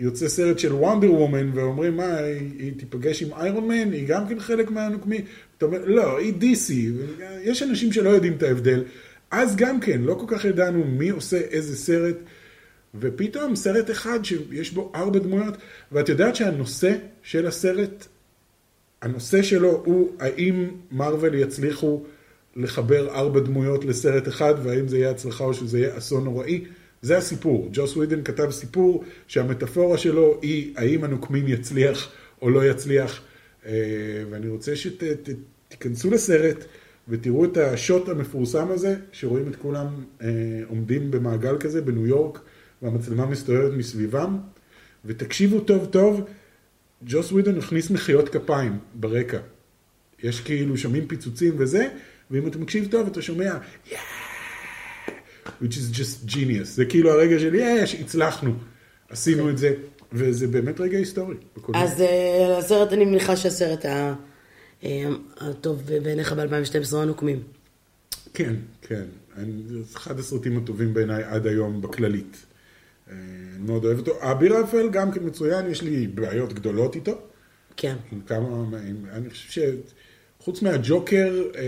S1: יוצא סרט של וונדר וומן ואומרים מה, היא, היא תיפגש עם איירון מן, היא גם כן חלק מהנוקמי, אתה אומר לא, היא DC, יש אנשים שלא יודעים את ההבדל, אז גם כן, לא כל כך ידענו מי עושה איזה סרט. ופתאום סרט אחד שיש בו ארבע דמויות, ואת יודעת שהנושא של הסרט, הנושא שלו הוא האם מארוול יצליחו לחבר ארבע דמויות לסרט אחד, והאם זה יהיה הצלחה או שזה יהיה אסון נוראי. זה הסיפור. ג'וס ווידן כתב סיפור שהמטאפורה שלו היא האם הנוקמים יצליח או לא יצליח. אה, ואני רוצה שתיכנסו לסרט ותראו את השוט המפורסם הזה, שרואים את כולם אה, עומדים במעגל כזה בניו יורק, והמצלמה מסתובבת מסביבם, ותקשיבו טוב טוב, ג'וס ווידון הכניס מחיאות כפיים ברקע. יש כאילו, שומעים פיצוצים וזה, ואם אתה מקשיב טוב אתה שומע, "Yeah!" which is just genius. זה כאילו הרגע של, יש, הצלחנו, עשינו את זה, וזה באמת רגע היסטורי. בקולנוע.
S2: אז אה, הסרט, אני מניחה שהסרט ה- אה, הטוב בעיניך ב-2012 הוא הנוקמים.
S1: כן, כן. אני, זה אחד הסרטים הטובים בעיניי עד היום בכללית. אה, אני מאוד אוהב אותו. האביר האפל גם כן מצוין, יש לי בעיות גדולות איתו.
S2: כן.
S1: עם כמה, עם, אני חושב שחוץ מהג'וקר, אה,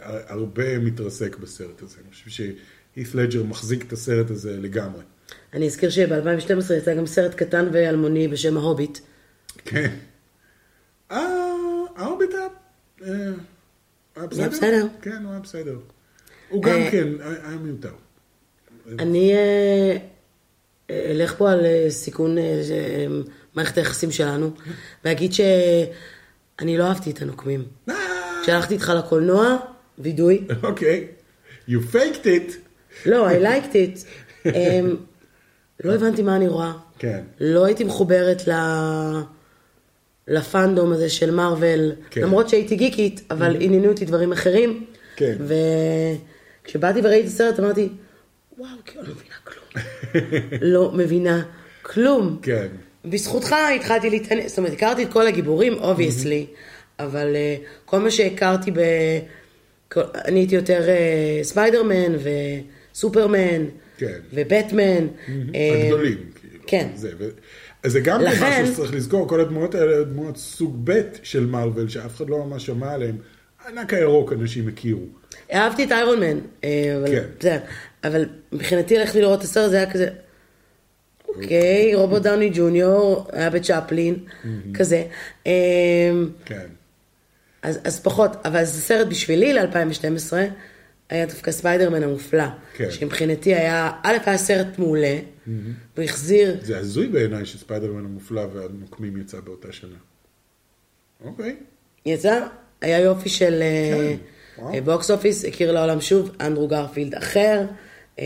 S1: הר- הרבה מתרסק בסרט הזה. אני חושב שהית' לג'ר מחזיק את הסרט הזה לגמרי.
S2: אני אזכיר שב-2012 יצא גם סרט קטן ואלמוני בשם ההוביט.
S1: כן. אה, ההורביט היה... אה, היה בסדר?
S2: בסדר.
S1: כן, הוא היה בסדר. הוא גם
S2: אה,
S1: כן, היה היה מיותר.
S2: אני אה, אה, אלך פה על אה, סיכון אה, ש- אה, מערכת היחסים שלנו, ואגיד שאני לא אהבתי את הנוקמים.
S1: אה,
S2: כשהלכתי איתך לקולנוע, וידוי.
S1: אוקיי. You faked it.
S2: לא, I liked it. אמ, לא הבנתי מה אני רואה.
S1: כן.
S2: לא הייתי מחוברת ל... לפאנדום הזה של מארוול,
S1: כן. Mm-hmm.
S2: כן. למרות שהייתי גיקית, אבל עניינו אותי דברים אחרים.
S1: כן.
S2: וכשבאתי וראיתי סרט אמרתי, וואו, כאילו, לא מבינה כלום.
S1: (laughs)
S2: לא מבינה כלום.
S1: כן.
S2: בזכותך התחלתי להתעניין, זאת אומרת, הכרתי את כל הגיבורים, אובייסלי,
S1: Mm-hmm.
S2: אבל אה, כל מה שהכרתי ב... כל- אני הייתי יותר אה, ספיידרמן וסופרמן,
S1: כן. Mm-hmm.
S2: ובטמן. אה,
S1: הגדולים, כאילו.
S2: כן.
S1: זה, ו... אז זה גם
S2: לכן-
S1: משהו שצריך לזכור, כל הדמויות האלה הן דמויות סוג ב' של מארוול, שאף אחד לא ממש שמע עליהן. הענק הירוק אנשים הכירו.
S2: אהבתי את איירון מן, אה, אבל
S1: כן.
S2: בסדר. אבל מבחינתי הלכתי לראות את הסרט, זה היה כזה, אוקיי, רובוט דאוני ג'וניור, היה בצ'פלין, כזה. אה,
S1: כן.
S2: אז, אז פחות, אבל זה סרט בשבילי ל-2012, היה דווקא ספיידרמן המופלא.
S1: כן.
S2: שמבחינתי היה, א', היה סרט מעולה, הוא החזיר,
S1: זה הזוי בעיניי שספיידרמן המופלא והנוקמים יצא באותה שנה. אוקיי.
S2: יצא, היה יופי
S1: כן,
S2: של אה,
S1: וואו.
S2: בוקס אופיס, הכיר לעולם שוב, אנדרו גרפילד אחר, אה,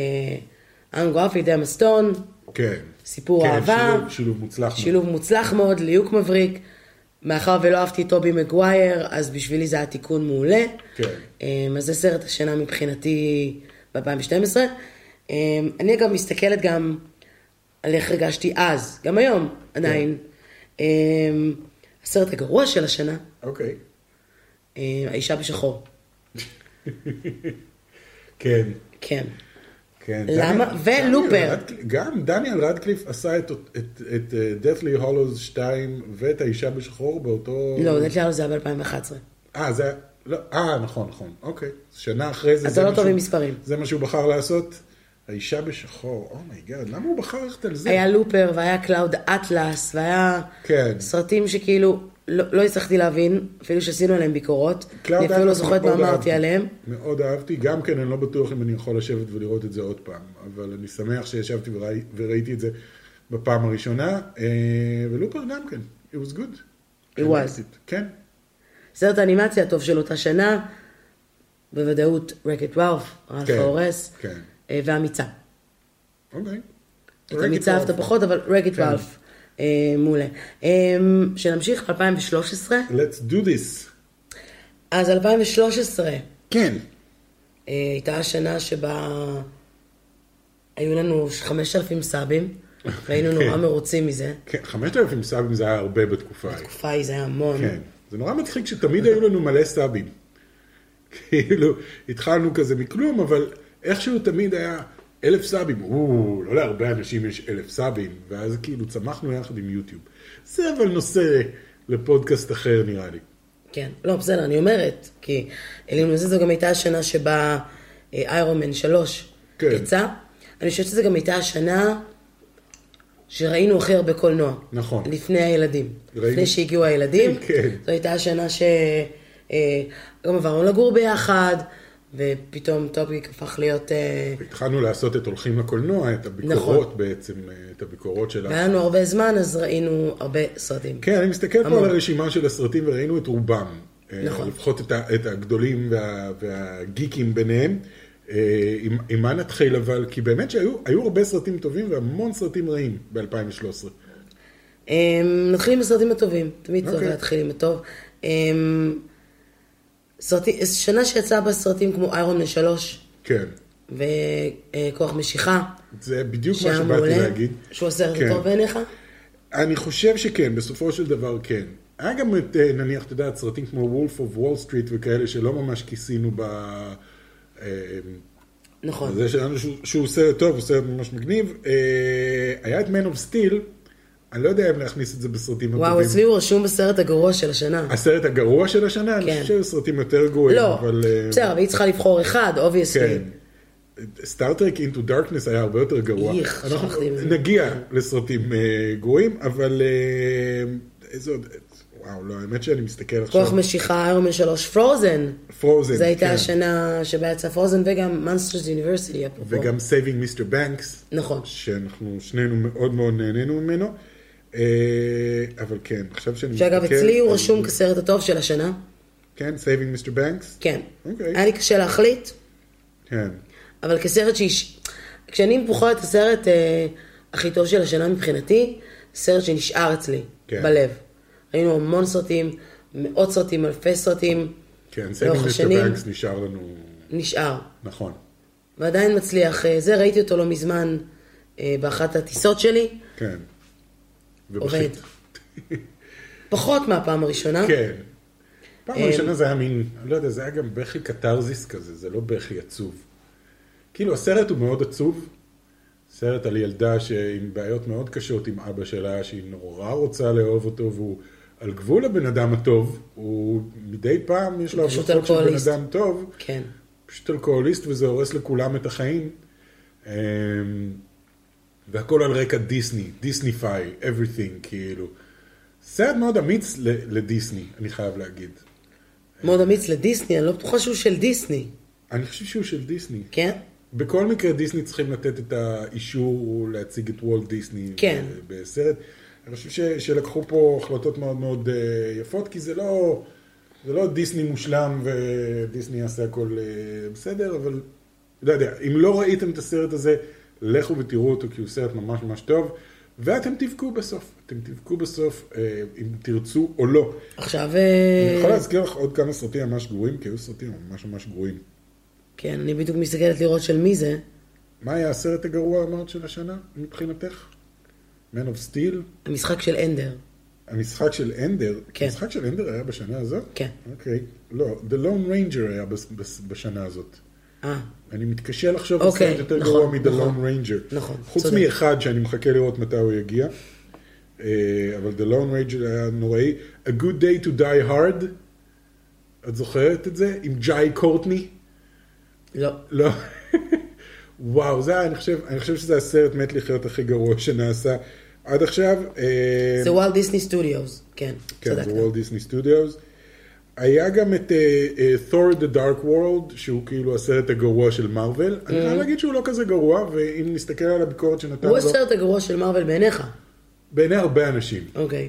S2: אנדרו גרפילד, אמה סטון,
S1: כן.
S2: סיפור
S1: כן,
S2: אהבה.
S1: שילוב- שילוב מוצלח.
S2: שילוב מוצלח מאוד, ליהוק מבריק. מאחר ולא אהבתי את טובי מגווייר, אז בשבילי זה היה תיקון מעולה.
S1: כן.
S2: אמ, אז זה סרט השינה מבחינתי ב-2012. אמ, אני גם מסתכלת גם על איך הרגשתי אז, גם היום עדיין.
S1: כן.
S2: אמ, הסרט הגרוע של השנה,
S1: אוקיי.
S2: אמ, האישה בשחור.
S1: כן.
S2: כן.
S1: כן.
S2: למה?
S1: דניאל-
S2: ולופר.
S1: דניאל רדקליף- גם דניאל רדקליף עשה את, את, את אה, Deathly Hollows 2 ואת האישה בשחור באותו...
S2: לא, יודעת לאלו זה היה ב-2011.
S1: אה, זה היה... לא, אה, נכון, נכון. אוקיי. שנה אחרי זה...
S2: אתה
S1: זה
S2: לא
S1: מה
S2: טוב
S1: שהוא-
S2: עם מספרים.
S1: זה מה שהוא בחר לעשות. האישה בשחור, אומייגאד, למה הוא בחר ללכת על זה?
S2: היה לופר, והיה קלאוד אטלס, והיה
S1: כן.
S2: סרטים שכאילו לא, לא הצלחתי להבין, אפילו שעשינו עליהם ביקורות.
S1: קלאוד
S2: אני אפילו לא
S1: אטלס
S2: זוכרת מה
S1: מאוד
S2: אמרתי
S1: אהבתי.
S2: עליהם.
S1: מאוד אהבתי, גם כן אני לא בטוח אם אני יכול לשבת ולראות את זה עוד פעם, אבל אני שמח שישבתי וראי, וראיתי את זה בפעם הראשונה, אה, ולופר גם כן, it was good.
S2: It was.
S1: כן,
S2: סרט האנימציה הטוב של אותה שנה, בוודאות רקט ראוף, רלף
S1: כן,
S2: האורס,
S1: כן.
S2: אה, ואמיצה.
S1: אוקיי.
S2: את אמיצה אהבת פחות, אבל רקט
S1: כן.
S2: ראוף, אה, מעולה. אה, שנמשיך ל-2013,
S1: Let's do this.
S2: אז 2013
S1: כן.
S2: אה, הייתה השנה שבה היו לנו
S1: (laughs)
S2: 5,000 סאבים, והיינו נורא מרוצים מזה.
S1: כן, 5,000 סאבים זה היה הרבה בתקופה ההיא.
S2: בתקופה ההיא זה היה המון.
S1: כן. זה נורא מצחיק שתמיד היו לנו מלא סאבים. כאילו, התחלנו כזה מכלום, אבל איכשהו תמיד היה אלף סאבים. או, לא להרבה אנשים יש אלף סאבים, ואז כאילו צמחנו יחד עם יוטיוב. זה אבל נושא לפודקאסט אחר נראה לי.
S2: כן. לא, בסדר, אני אומרת, כי אלינו לזה זו גם הייתה השנה שבה אה, איירון מן 3
S1: כן.
S2: יצא. אני חושבת שזו גם הייתה השנה שראינו הכי הרבה קולנוע.
S1: נכון.
S2: לפני הילדים.
S1: ראינו.
S2: לפני שהגיעו הילדים.
S1: (laughs) כן.
S2: זו הייתה השנה ש... אה, גם עברנו לגור ביחד, ופתאום טופיק הפך להיות... אה,
S1: התחלנו לעשות את הולכים לקולנוע, את הביקורות
S2: נכון.
S1: בעצם, את הביקורות שלנו.
S2: והיה לנו הרבה זמן, אז ראינו הרבה סרטים.
S1: כן, אני מסתכל פה
S2: המון.
S1: על הרשימה של הסרטים וראינו את רובם. אה,
S2: נכון.
S1: לפחות את, ה, את הגדולים וה, והגיקים ביניהם. אה, עם, עם מה נתחיל אבל? כי באמת שהיו היו הרבה סרטים טובים והמון סרטים רעים ב-2013.
S2: אמ, נתחיל עם הסרטים הטובים, תמיד צריך
S1: אוקיי.
S2: להתחיל עם הטוב. אמ, סרטי- שנה שיצאה בה סרטים כמו איירון מן שלוש
S1: כן.
S2: וכוח משיכה,
S1: זה בדיוק מה
S2: שהיה
S1: שבאתי
S2: מעולה,
S1: להגיד.
S2: שהוא הסרט
S1: כן.
S2: הטוב בעיניך.
S1: אני חושב שכן, בסופו של דבר כן. היה גם את, אה, נניח, אתה יודע, סרטים כמו וולף אוף וול סטריט וכאלה שלא ממש כיסינו ב... אה,
S2: נכון.
S1: זה שלנו שהוא, שהוא סרט טוב, הוא סרט ממש מגניב. אה, היה את Man of Steel, אני לא יודע אם להכניס את זה בסרטים
S2: וואו,
S1: הטובים.
S2: אצלי הוא רשום בסרט הגרוע של השנה.
S1: הסרט הגרוע של השנה,
S2: כן.
S1: אני חושב שסרטים יותר גרועים,
S2: לא,
S1: אבל... אה,
S2: בסדר, אבל היא צריכה לבחור אחד, אובייסלי.
S1: כן. סטארטרק אינטו דארקנס היה הרבה יותר גרוע.
S2: איך,
S1: אנחנו
S2: שכחתי מזה.
S1: נגיע לסרטים אה, גרועים, אבל אה, איזה עוד... וואו, לא, האמת שאני מסתכל עכשיו.
S2: כוח משיכה, איירון מן שלוש, פרוזן.
S1: פרוזן.
S2: זו הייתה
S1: כן.
S2: השנה שבה יצא פרוזן, וגם מונסטרס יוניברסיטי, אפרופו.
S1: וגם Saving Mr. Banks.
S2: נכון.
S1: שאנחנו שנינו מאוד מאוד נהנינו ממנו. אה, אבל כן, עכשיו שאני
S2: שאגב, אצלי הוא
S1: אני-
S2: רשום כסרט הטוב של השנה.
S1: כן, Saving Mr. Banks?
S2: כן.
S1: אוקיי.
S2: היה לי קשה להחליט,
S1: כן.
S2: אבל כסרט שהש... כשאני בוחרת את הסרט אה, הכי טוב של השנה מבחינתי, סרט שנשאר אצלי,
S1: כן.
S2: בלב. ראינו המון סרטים, מאות סרטים, אלפי סרטים,
S1: כן,
S2: לאורך
S1: Saving Mr.
S2: השנים.
S1: Banks נשאר לנו...
S2: נשאר.
S1: נכון.
S2: ועדיין מצליח. אה, זה, ראיתי אותו לא מזמן אה, באחת הטיסות שלי,
S1: כן.
S2: עובד.
S1: ובכית.
S2: פחות מהפעם הראשונה.
S1: כן. פעם
S2: אה,
S1: ראשונה זה היה מין, אני לא יודע, זה היה גם בכי קתרזיס כזה, זה לא בכי עצוב. כאילו, הסרט הוא מאוד עצוב. סרט על ילדה עם בעיות מאוד קשות עם אבא שלה, שהיא נורא רוצה לאהוב אותו, והוא על גבול הבן אדם הטוב. הוא מדי פעם, יש לו
S2: פשוט
S1: הבלחות של בן
S2: אלכוהוליסט.
S1: אדם טוב.
S2: כן.
S1: פשוט אלכוהוליסט, וזה הורס לכולם את החיים. אמ, והכל על רקע דיסני, דיסניפיי, everything, כאילו. סרט מאוד אמיץ ל- לדיסני, אני חייב להגיד.
S2: מאוד אמיץ לדיסני, אני לא בטוחה שהוא של דיסני,
S1: אני חושב שהוא של דיסני.
S2: כן?
S1: בכל מקרה, דיסני צריכים לתת את האישור להציג את וולט דיסני
S2: כן.
S1: ב- בסרט. אני חושב ש- שלקחו פה החלטות מאוד מאוד אה, יפות, כי זה לא, זה לא דיסני מושלם ודיסני יעשה הכל אה, בסדר, אבל לא יודע, אם לא ראיתם את הסרט הזה, לכו ותראו אותו, כי הוא סרט ממש ממש טוב, ואתם תבכו בסוף. אתם תבכו בסוף, אה, אם תרצו או לא.
S2: עכשיו...
S1: אני
S2: אה,
S1: יכול להזכיר לך עוד כמה סרטים ממש גרועים, כי היו סרטים ממש ממש גרועים.
S2: כן, אני בדיוק מסתכלת לראות של מי זה.
S1: מה היה הסרט הגרוע אמרת של השנה, מבחינתך? Man of Steel?
S2: המשחק של אנדר.
S1: המשחק של אנדר?
S2: כן.
S1: המשחק של אנדר היה בשנה הזאת?
S2: כן.
S1: אוקיי. לא, The Lone Ranger היה בס- בס- בשנה הזאת.
S2: אה,
S1: אני מתקשה לחשוב על
S2: אוקיי,
S1: סרט יותר
S2: נכון,
S1: גרוע מ-The
S2: נכון,
S1: Lone Ranger.
S2: נכון,
S1: חוץ
S2: צודק.
S1: מאחד שאני מחכה לראות מתי הוא יגיע. אה, אבל The Lone Ranger היה נוראי. A Good Day to Die Hard. את זוכרת את זה? עם ג'אי קורטני?
S2: לא.
S1: לא. וואו, זה היה, אני חושב, אני חושב שזה הסרט מת לחיות הכי גרוע שנעשה עד עכשיו. אה,
S2: זה וולט דיסני סטודיוס. כן,
S1: כן, זה
S2: צדקת.
S1: וולט דיסני סטודיוס. היה גם את אה, תור דה דארק וורלד, שהוא כאילו הסרט הגרוע של מארוול. אני חייב להגיד שהוא לא כזה גרוע, ואם נסתכל על הביקורת שנתן
S2: Mm-hmm. הוא
S1: לו,
S2: הסרט הגרוע של מארוול בעיניך.
S1: בעיני הרבה אנשים,
S2: אוקיי.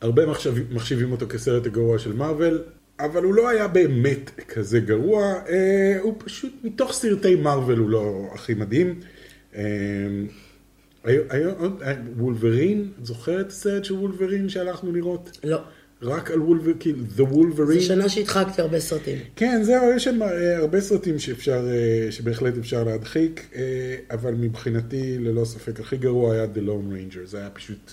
S1: הרבה מחשב- מחשיבים אותו כסרט הגרוע של מארוול, אבל הוא לא היה באמת כזה גרוע, אה, הוא פשוט, מתוך סרטי מארוול הוא לא הכי מדהים. אה, היו- היו עוד- אה, וולברין, זוכרת סרט של וולברין שהלכנו לראות?
S2: לא.
S1: רק על וולברין, כאילו, The Wolverine.
S2: זו שנה שהדחקתי הרבה סרטים.
S1: כן, זהו, יש שם אה, הרבה סרטים שאפשר, אה, שבהחלט אפשר להדחיק, אה, אבל מבחינתי, ללא ספק, הכי גרוע היה The Lone Ranger, זה היה פשוט,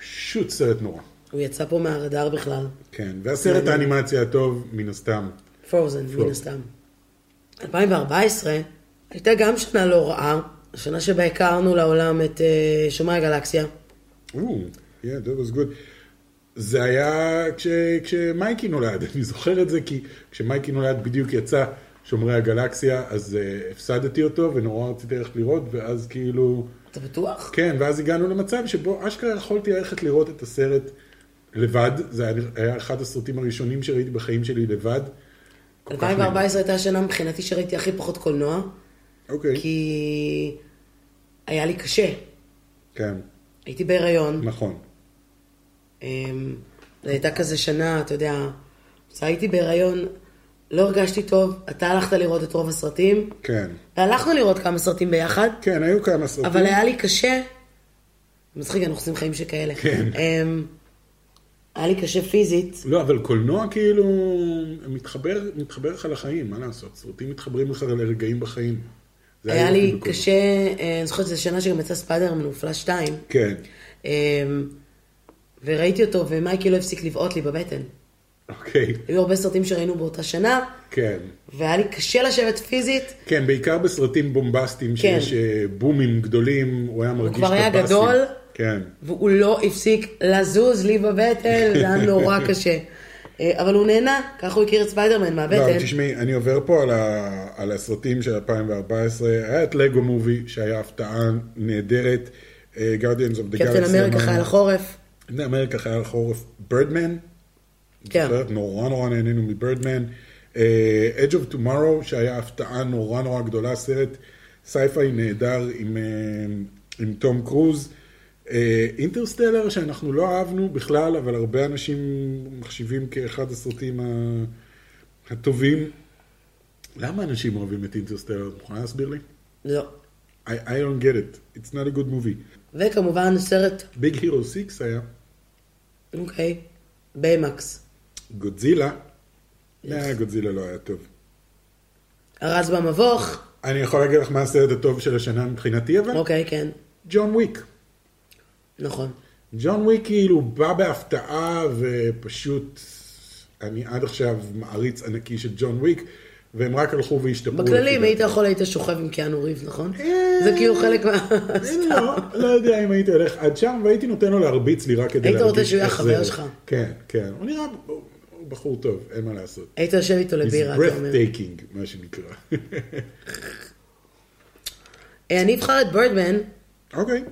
S1: פשוט סרט נורא.
S2: הוא יצא פה מהרדאר בכלל.
S1: כן, והסרט האנימציה הטוב, מן הסתם.
S2: פרוזן, מן
S1: Frozen.
S2: הסתם. 2014 הייתה גם שנה לא רעה, השנה שבה הכרנו לעולם את אה, שומרי הגלקסיה.
S1: או, yeah, that was good. זה היה כש, כשמייקי נולד, אני זוכר את זה, כי כשמייקי נולד בדיוק יצא שומרי הגלקסיה, אז uh, הפסדתי אותו, ונורא רציתי ללכת לראות, ואז כאילו...
S2: אתה בטוח?
S1: כן, ואז הגענו למצב שבו אשכרה יכולתי ללכת לראות את הסרט לבד, זה היה- היה אחד הסרטים הראשונים שראיתי בחיים שלי לבד. כל כך נהנה.
S2: 2014 הייתה השנה מבחינתי שראיתי הכי פחות קולנוע,
S1: אוקיי,
S2: כי היה לי קשה.
S1: כן,
S2: הייתי בהיריון.
S1: נכון.
S2: אמ, זו הייתה כזה שנה, אתה יודע, אז הייתי בהיריון, לא הרגשתי טוב, אתה הלכת לראות את רוב הסרטים,
S1: כן,
S2: והלכנו לראות כמה סרטים ביחד,
S1: כן, היו כמה סרטים.
S2: אבל היה לי קשה, מצחיק, אנחנו עושים חיים שכאלה.
S1: כן.
S2: אמ, היה לי קשה פיזית,
S1: לא, אבל קולנוע כאילו מתחבר, מתחבר לך לחיים, מה לעשות? סרטים מתחברים לך לרגעים בחיים. זה
S2: היה
S1: היופי
S2: לי
S1: בקולנוע.
S2: קשה, אה, אני זוכרת שזו שנה שגם יצא ספיידרמן מופלא 2,
S1: כן,
S2: אמ, וראיתי אותו, ומייקי לא הפסיק לבעוט לי בבטן.
S1: אוקיי,
S2: היו הרבה סרטים שראינו באותה שנה,
S1: כן.
S2: והיה לי קשה לשבת פיזית,
S1: כן, בעיקר בסרטים בומבסטיים,
S2: כן.
S1: שיש אה, בומים גדולים, הוא היה מרגיש את
S2: כבר היה
S1: הבאסים.
S2: גדול.
S1: כן.
S2: והוא לא הפסיק לזוז לי בבטן, זה היה
S1: (laughs)
S2: נורא קשה. אה, אבל הוא נהנה, ככה הוא הכיר את ספיידרמן
S1: לא,
S2: מהבטן.
S1: אבל תשמעי, אני עובר פה על, ה... על הסרטים של 2014, היה את לגו מובי, שהיה הפתעה נהדרת, אה, גרדיאנס אוף דה
S2: קפטן אמריקה חייל החורף.
S1: קפטן אמריקה חייל החורף, בירדמן,
S2: כן.
S1: זוכרת? נורא נורא נהנינו מבירדמן, Edge of Tomorrow, שהיה הפתעה נורא נורא גדולה, סרט סייפיי נהדר עם, אה, עם תום קרוז. אינטרסטלר, שאנחנו לא אהבנו בכלל, אבל הרבה אנשים מחשיבים כאחד הסרטים ה- הטובים. למה אנשים אוהבים את אינטרסטלר? את מוכנה להסביר לי?
S2: לא.
S1: I, I don't get it. It's not a good movie.
S2: וכמובן סרט,
S1: ביג הירו 6 היה
S2: אוקיי, ביימקס.
S1: גודזילה. לא, גודזילה לא היה טוב.
S2: ארז במבוך,
S1: אני יכול להגיד לך מה הסרט הטוב של השנה מבחינתי, אבל
S2: אוקיי, כן,
S1: ג'ון וויק.
S2: נכון.
S1: ג'ון וויק כאילו בא בהפתעה ופשוט, אני עד עכשיו מעריץ ענקי של ג'ון וויק, והם רק הלכו והשתפרו.
S2: בכללי,
S1: לפי
S2: אם היית
S1: דעתי.
S2: יכול, היית שוכב עם קיאנו ריב, נכון?
S1: אה,
S2: זה כאילו חלק
S1: (laughs)
S2: מה...
S1: לא, לא יודע אם הייתי הולך עד שם, והייתי נותן לו להרביץ לי רק כדי
S2: היית
S1: להרגיש
S2: רוצה שהוא יהיה
S1: איך
S2: חבר
S1: זה.
S2: שלך.
S1: כן, כן. הוא נראה, הוא הוא בחור טוב, אין מה לעשות.
S2: היית יושב איתו
S1: He's
S2: לבירה, אתה אומר.
S1: breathtaking, מה שנקרא. (laughs)
S2: אה, אני אבחר את בירדמן,
S1: אוקיי.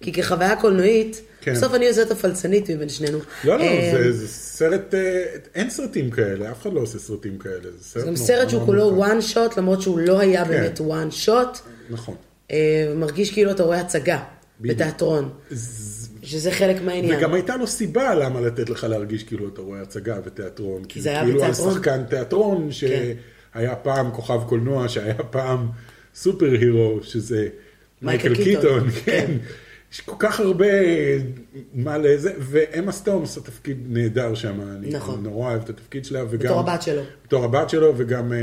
S2: כי כחוויה קולנועית,
S1: כן.
S2: בסוף אני יוצאת הפלצנית מבין שנינו.
S1: לא, לא,
S2: אה,
S1: זה- זה סרט, אה, אין סרטים כאלה, אף אחד לא עושה סרטים כאלה. זה סרט
S2: זה גם
S1: נורא
S2: סרט שהוא
S1: נורא כן.
S2: כולו
S1: מיוחד.
S2: one shot, למרות שהוא לא היה באמת one shot,
S1: נכון.
S2: אה, מרגיש כאילו אתה רואה הצגה
S1: בדיוק.
S2: בתיאטרון,
S1: ז-
S2: שזה חלק מהעניין.
S1: וגם הייתה לו סיבה למה לתת לך להרגיש כאילו אתה רואה הצגה ותיאטרון. כי
S2: זה היה
S1: כאילו על
S2: בתיאטרון.
S1: שחקן תיאטרון
S2: כן.
S1: שהיה פעם כוכב קולנוע, שהיה פעם סופר הירו, שזה
S2: מייקל
S1: מייקל קיטון,
S2: קיטון,
S1: כן.
S2: כן.
S1: יש כל כך הרבה מה לזה, ואמה סטומס, התפקיד נהדר שם, אני
S2: נכון.
S1: נורא אוהב את התפקיד שלה, וגם...
S2: בתור הבת שלו.
S1: בתור הבת שלו, וגם, אה,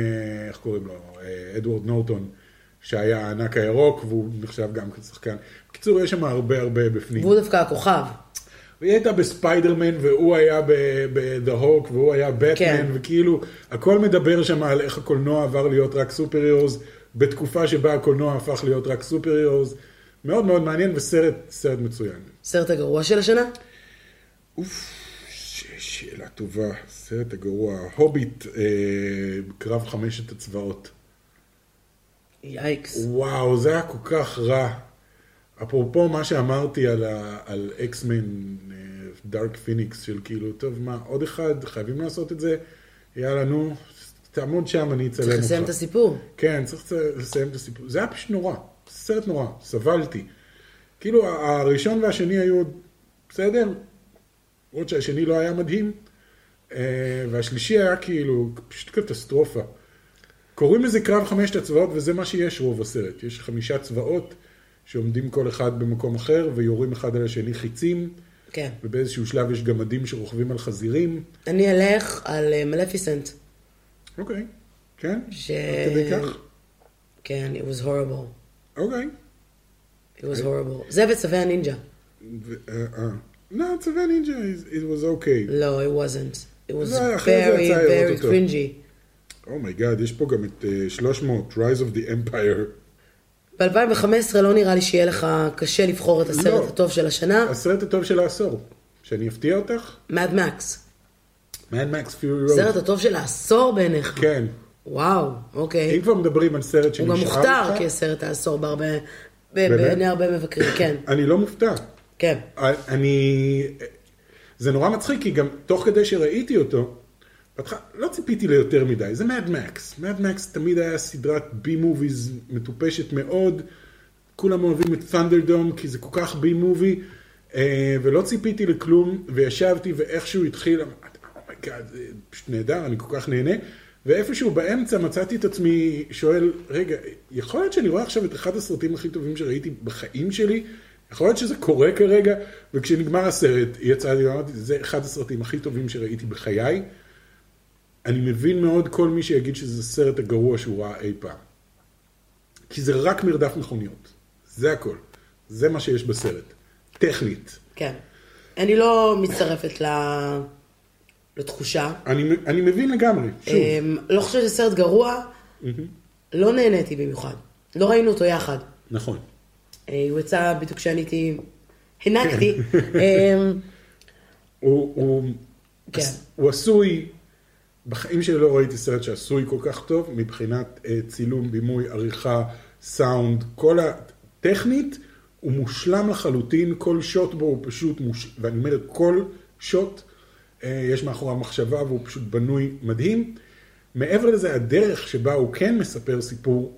S1: איך קוראים לו? אה, אדוארד נורטון, שהיה הענק הירוק, והוא נחשב גם כשחקן. בקיצור, יש שם הרבה הרבה בפנים.
S2: והוא דווקא הכוכב.
S1: היא הייתה בספיידרמן, והוא היה ב-The Hawk, והוא היה בטמן, כן.
S2: כן.
S1: וכאילו, הכל מדבר שם על איך הקולנוע עבר להיות רק סופר הירוז, בתקופה שבה הקולנוע הפך להיות רק סופר הירוז. מאוד מאוד מעניין, וסרט סרט מצוין.
S2: סרט הגרוע של השנה?
S1: אוף, ש- שאלה טובה, סרט הגרוע, הוביט, אה, קרב חמשת הצבאות.
S2: יאיקס.
S1: וואו, זה היה כל כך רע. אפרופו מה שאמרתי על, ה- על אקסמן דארק פיניקס, של כאילו, טוב, מה, עוד אחד, חייבים לעשות את זה? יאללה, נו, תעמוד שם, אני אצלם אותך.
S2: צריך לסיים את הסיפור.
S1: כן, צריך לצ- לסיים את הסיפור. זה היה פשוט נורא, סרט נורא, סבלתי. כאילו, ה- הראשון והשני היו עוד בסדר, למרות שהשני לא היה מדהים, אה, והשלישי היה כאילו פשוט קטסטרופה. קוראים לזה קרב חמשת הצבאות, וזה מה שיש רוב הסרט. יש חמישה צבאות שעומדים כל אחד במקום אחר, ויורים אחד על השני חיצים,
S2: כן.
S1: ובאיזשהו שלב יש גמדים שרוכבים על חזירים.
S2: אני אלך על מלפיסנט.
S1: אוקיי, כן?
S2: ש-
S1: עד כדי כך?
S2: כן, it was horrible.
S1: אוקיי.
S2: it was horrible. זה וצווי הנינג'ה.
S1: ו- אה, אה. לא, צווי נינג'ה, is- it was okay.
S2: לא, it wasn't. it was
S1: זה, אה, אחרי זה
S2: very
S1: יצא לראות
S2: very
S1: אותו.
S2: cringy.
S1: אומייגאד, Oh יש פה גם את אה, 300, Rise of the Empire.
S2: ב-2015 לא נראה לי שיהיה לך קשה לבחור את
S1: לא.
S2: הסרט הטוב של השנה.
S1: הסרט הטוב של העשור. שאני אפתיע אותך?
S2: Mad Max.
S1: Mad Max Fury Road.
S2: הסרט הטוב של העשור בעיניך.
S1: כן.
S2: וואו, אוקיי.
S1: אם כבר מדברים על סרט
S2: הוא
S1: שנשאר
S2: גם
S1: אותך...
S2: מוכתר כסרט העשור בהרבה... ב-
S1: באמת?
S2: בעיני הרבה מבקרים, כן.
S1: אני לא מופתע.
S2: כן.
S1: אני... זה נורא מצחיק, כי גם תוך כדי שראיתי אותו, בהתחלה לא ציפיתי ליותר מדי, זה Mad Max. Mad Max תמיד היה סדרת B-Movies מטופשת מאוד, כולם אוהבים את Thunderdome כי זה כל כך B-Movie, אה, ולא ציפיתי לכלום, וישבתי ואיכשהו התחיל, אמרתי, אומייגאד, זה פשוט נהדר, אני כל כך נהנה, ואיפשהו באמצע מצאתי את עצמי שואל, רגע, יכול להיות שאני רואה עכשיו את אחד הסרטים הכי טובים שראיתי בחיים שלי? יכול להיות שזה קורה כרגע, וכשנגמר הסרט, יצא לי, אמרתי, זה אחד הסרטים הכי טובים שראיתי בחיי. אני מבין מאוד כל מי שיגיד שזה הסרט הגרוע שהוא ראה אי פעם. כי זה רק מרדף מכוניות. זה הכל. זה מה שיש בסרט. טכנית.
S2: כן. אני לא מצטרפת ל- לתחושה.
S1: אני, אני מבין לגמרי, שוב.
S2: אמ, לא חושבת שזה סרט גרוע, לא נהניתי במיוחד. לא ראינו אותו יחד.
S1: נכון.
S2: אה, הוא יצא בדיוק כשאני הייתי...
S1: כן. (laughs)
S2: הנקתי. אמ,
S1: הוא, הוא,
S2: כן.
S1: הוא עשוי, בחיים שלי לא ראיתי סרט שעשוי כל כך טוב, מבחינת אה, צילום, בימוי, עריכה, סאונד, כל הטכנית, הוא מושלם לחלוטין, כל שוט בו הוא פשוט, מוש... ואני אומר כל שוט, אה, יש מאחוריו מחשבה והוא פשוט בנוי מדהים. מעבר לזה, הדרך שבה הוא כן מספר סיפור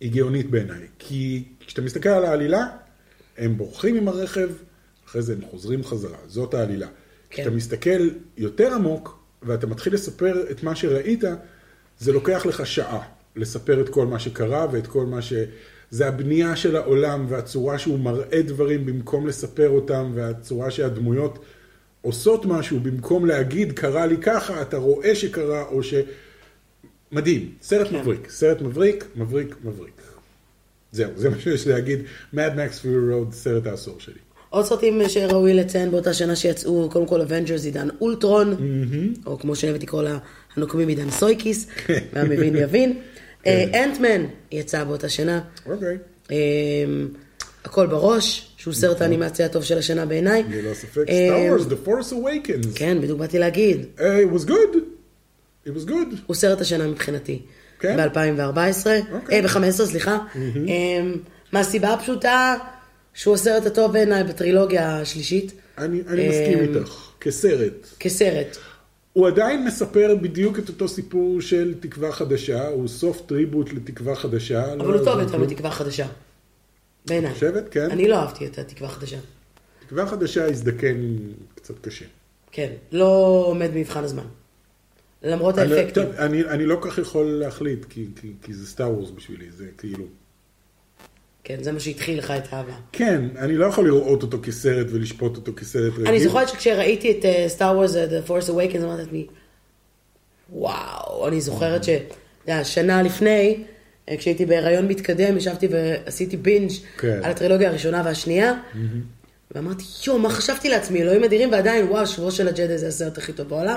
S1: היא גאונית בעיניי. כי כשאתה מסתכל על העלילה, הם בורחים עם הרכב, אחרי זה הם חוזרים חזרה. זאת העלילה. כן. כשאתה מסתכל יותר עמוק, ואתה מתחיל לספר את מה שראית, זה לוקח לך שעה לספר את כל מה שקרה ואת כל מה ש... זה הבנייה של העולם והצורה שהוא מראה דברים במקום לספר אותם, והצורה שהדמויות עושות משהו במקום להגיד קרה לי ככה, אתה רואה שקרה, או ש... מדהים, סרט
S2: כן.
S1: מבריק, סרט מבריק, מבריק, מבריק. זהו, זה מה שיש להגיד. Mad Max Fury Road, סרט העשור שלי.
S2: עוד סרטים שראוי לציין באותה שנה שיצאו, קודם כל אבנג'רס עידן אולטרון, או כמו שאני אוהבת לקרוא לה, הנוקמים עידן
S1: (laughs)
S2: סויקיס, והמבין יבין.
S1: כן.
S2: אנטמן יצא באותה שנה.
S1: אוקיי,
S2: אה, הכל בראש, שהוא סרט האנימציה הטוב של השנה בעיניי.
S1: נכון. ללא ספק.
S2: אה,
S1: Star Wars, The Force Awakens.
S2: כן, בדיוק באתי להגיד.
S1: Uh, it was good. It was good.
S2: הוא סרט השנה מבחינתי.
S1: כן?
S2: ב-2014,
S1: אוקיי.
S2: אה, ב-15, סליחה. אה, מהסיבה הפשוטה שהוא הסרט הטוב בעיניי בטרילוגיה השלישית,
S1: אני, אני
S2: אה,
S1: מסכים איתך, כסרט.
S2: כסרט.
S1: הוא עדיין מספר בדיוק את אותו סיפור של תקווה חדשה, הוא סוף טריבוט לתקווה חדשה. לא,
S2: אבל הוא טוב יותר מתקווה חדשה. בעיניי.
S1: חושבת? כן.
S2: אני לא אהבתי את התקווה החדשה.
S1: תקווה חדשה הזדקן קצת קשה.
S2: כן. לא עומד במבחן הזמן. למרות
S1: אני-
S2: האפקטים.
S1: טוב, אני אני לא כל כך יכול להחליט, כי- כי- כי זה סטאר וורס בשבילי, זה כאילו...
S2: כן, זה מה שהתחיל לך את האהבה.
S1: כן, אני לא יכול לראות אותו כסרט ולשפוט אותו כסרט רגיל.
S2: אני זוכרת שכשראיתי את אה, סטאר וורז, The Force Awakens, אמרתי לעצמי, וואו, אני זוכרת ש... אתה יודע, שנה לפני, אה, כשהייתי בהיריון מתקדם, ישבתי ועשיתי בינג'
S1: כן.
S2: על הטרילוגיה הראשונה והשנייה, ואמרתי, יואו, מה חשבתי לעצמי, אלוהים אדירים, ועדיין, וואו, שבוע של הג'די זה הסרט הכי טוב
S1: (laughs)
S2: בעולם.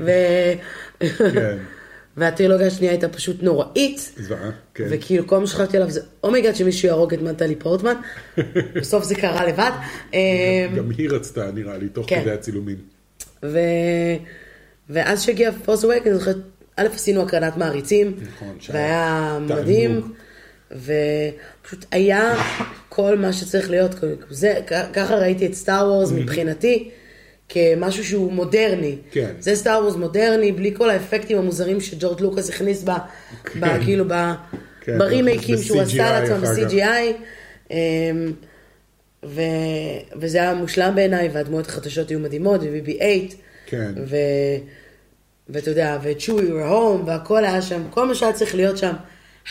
S2: ו...
S1: כן.
S2: (laughs) והטרילוגיה השנייה הייתה פשוט נוראית.
S1: זוועה, כן.
S2: וכאילו כל מה שחשבתי עליו זה, אומייגאד שמישהו יהרוג את מנטלי
S1: (laughs)
S2: פורטמן, בסוף זה קרה לבד. אה,
S1: גם היא רצתה, נראה לי, תוך
S2: כן.
S1: כדי הצילומים.
S2: ו... ואז שהגיע פורס אווייקן, אני זוכרת, א', עשינו הקרנת מעריצים,
S1: נכון, שהיה
S2: והיה
S1: תענוג.
S2: מדהים, ופשוט היה כל מה שצריך להיות, זה, כ- ככה ראיתי את סטאר
S1: Mm-hmm.
S2: וורז מבחינתי, כמשהו שהוא מודרני.
S1: כן.
S2: זה סטאר וורז מודרני, בלי כל האפקטים המוזרים שג'ורג' לוקאס הכניס ב... ב...
S1: כן.
S2: כאילו ב...
S1: כן,
S2: ברימייקים שהוא
S1: ב-
S2: עשה
S1: CGI,
S2: לעצמו
S1: אחר כך.
S2: ב-CGI. אמ, ו... וזה היה מושלם בעיניי, והדמויות החדשות היו מדהימות, ו-BB8,
S1: כן.
S2: ו... ואתה יודע, ו-Chewy were home, והכל היה שם, כל מה שהיה צריך להיות שם,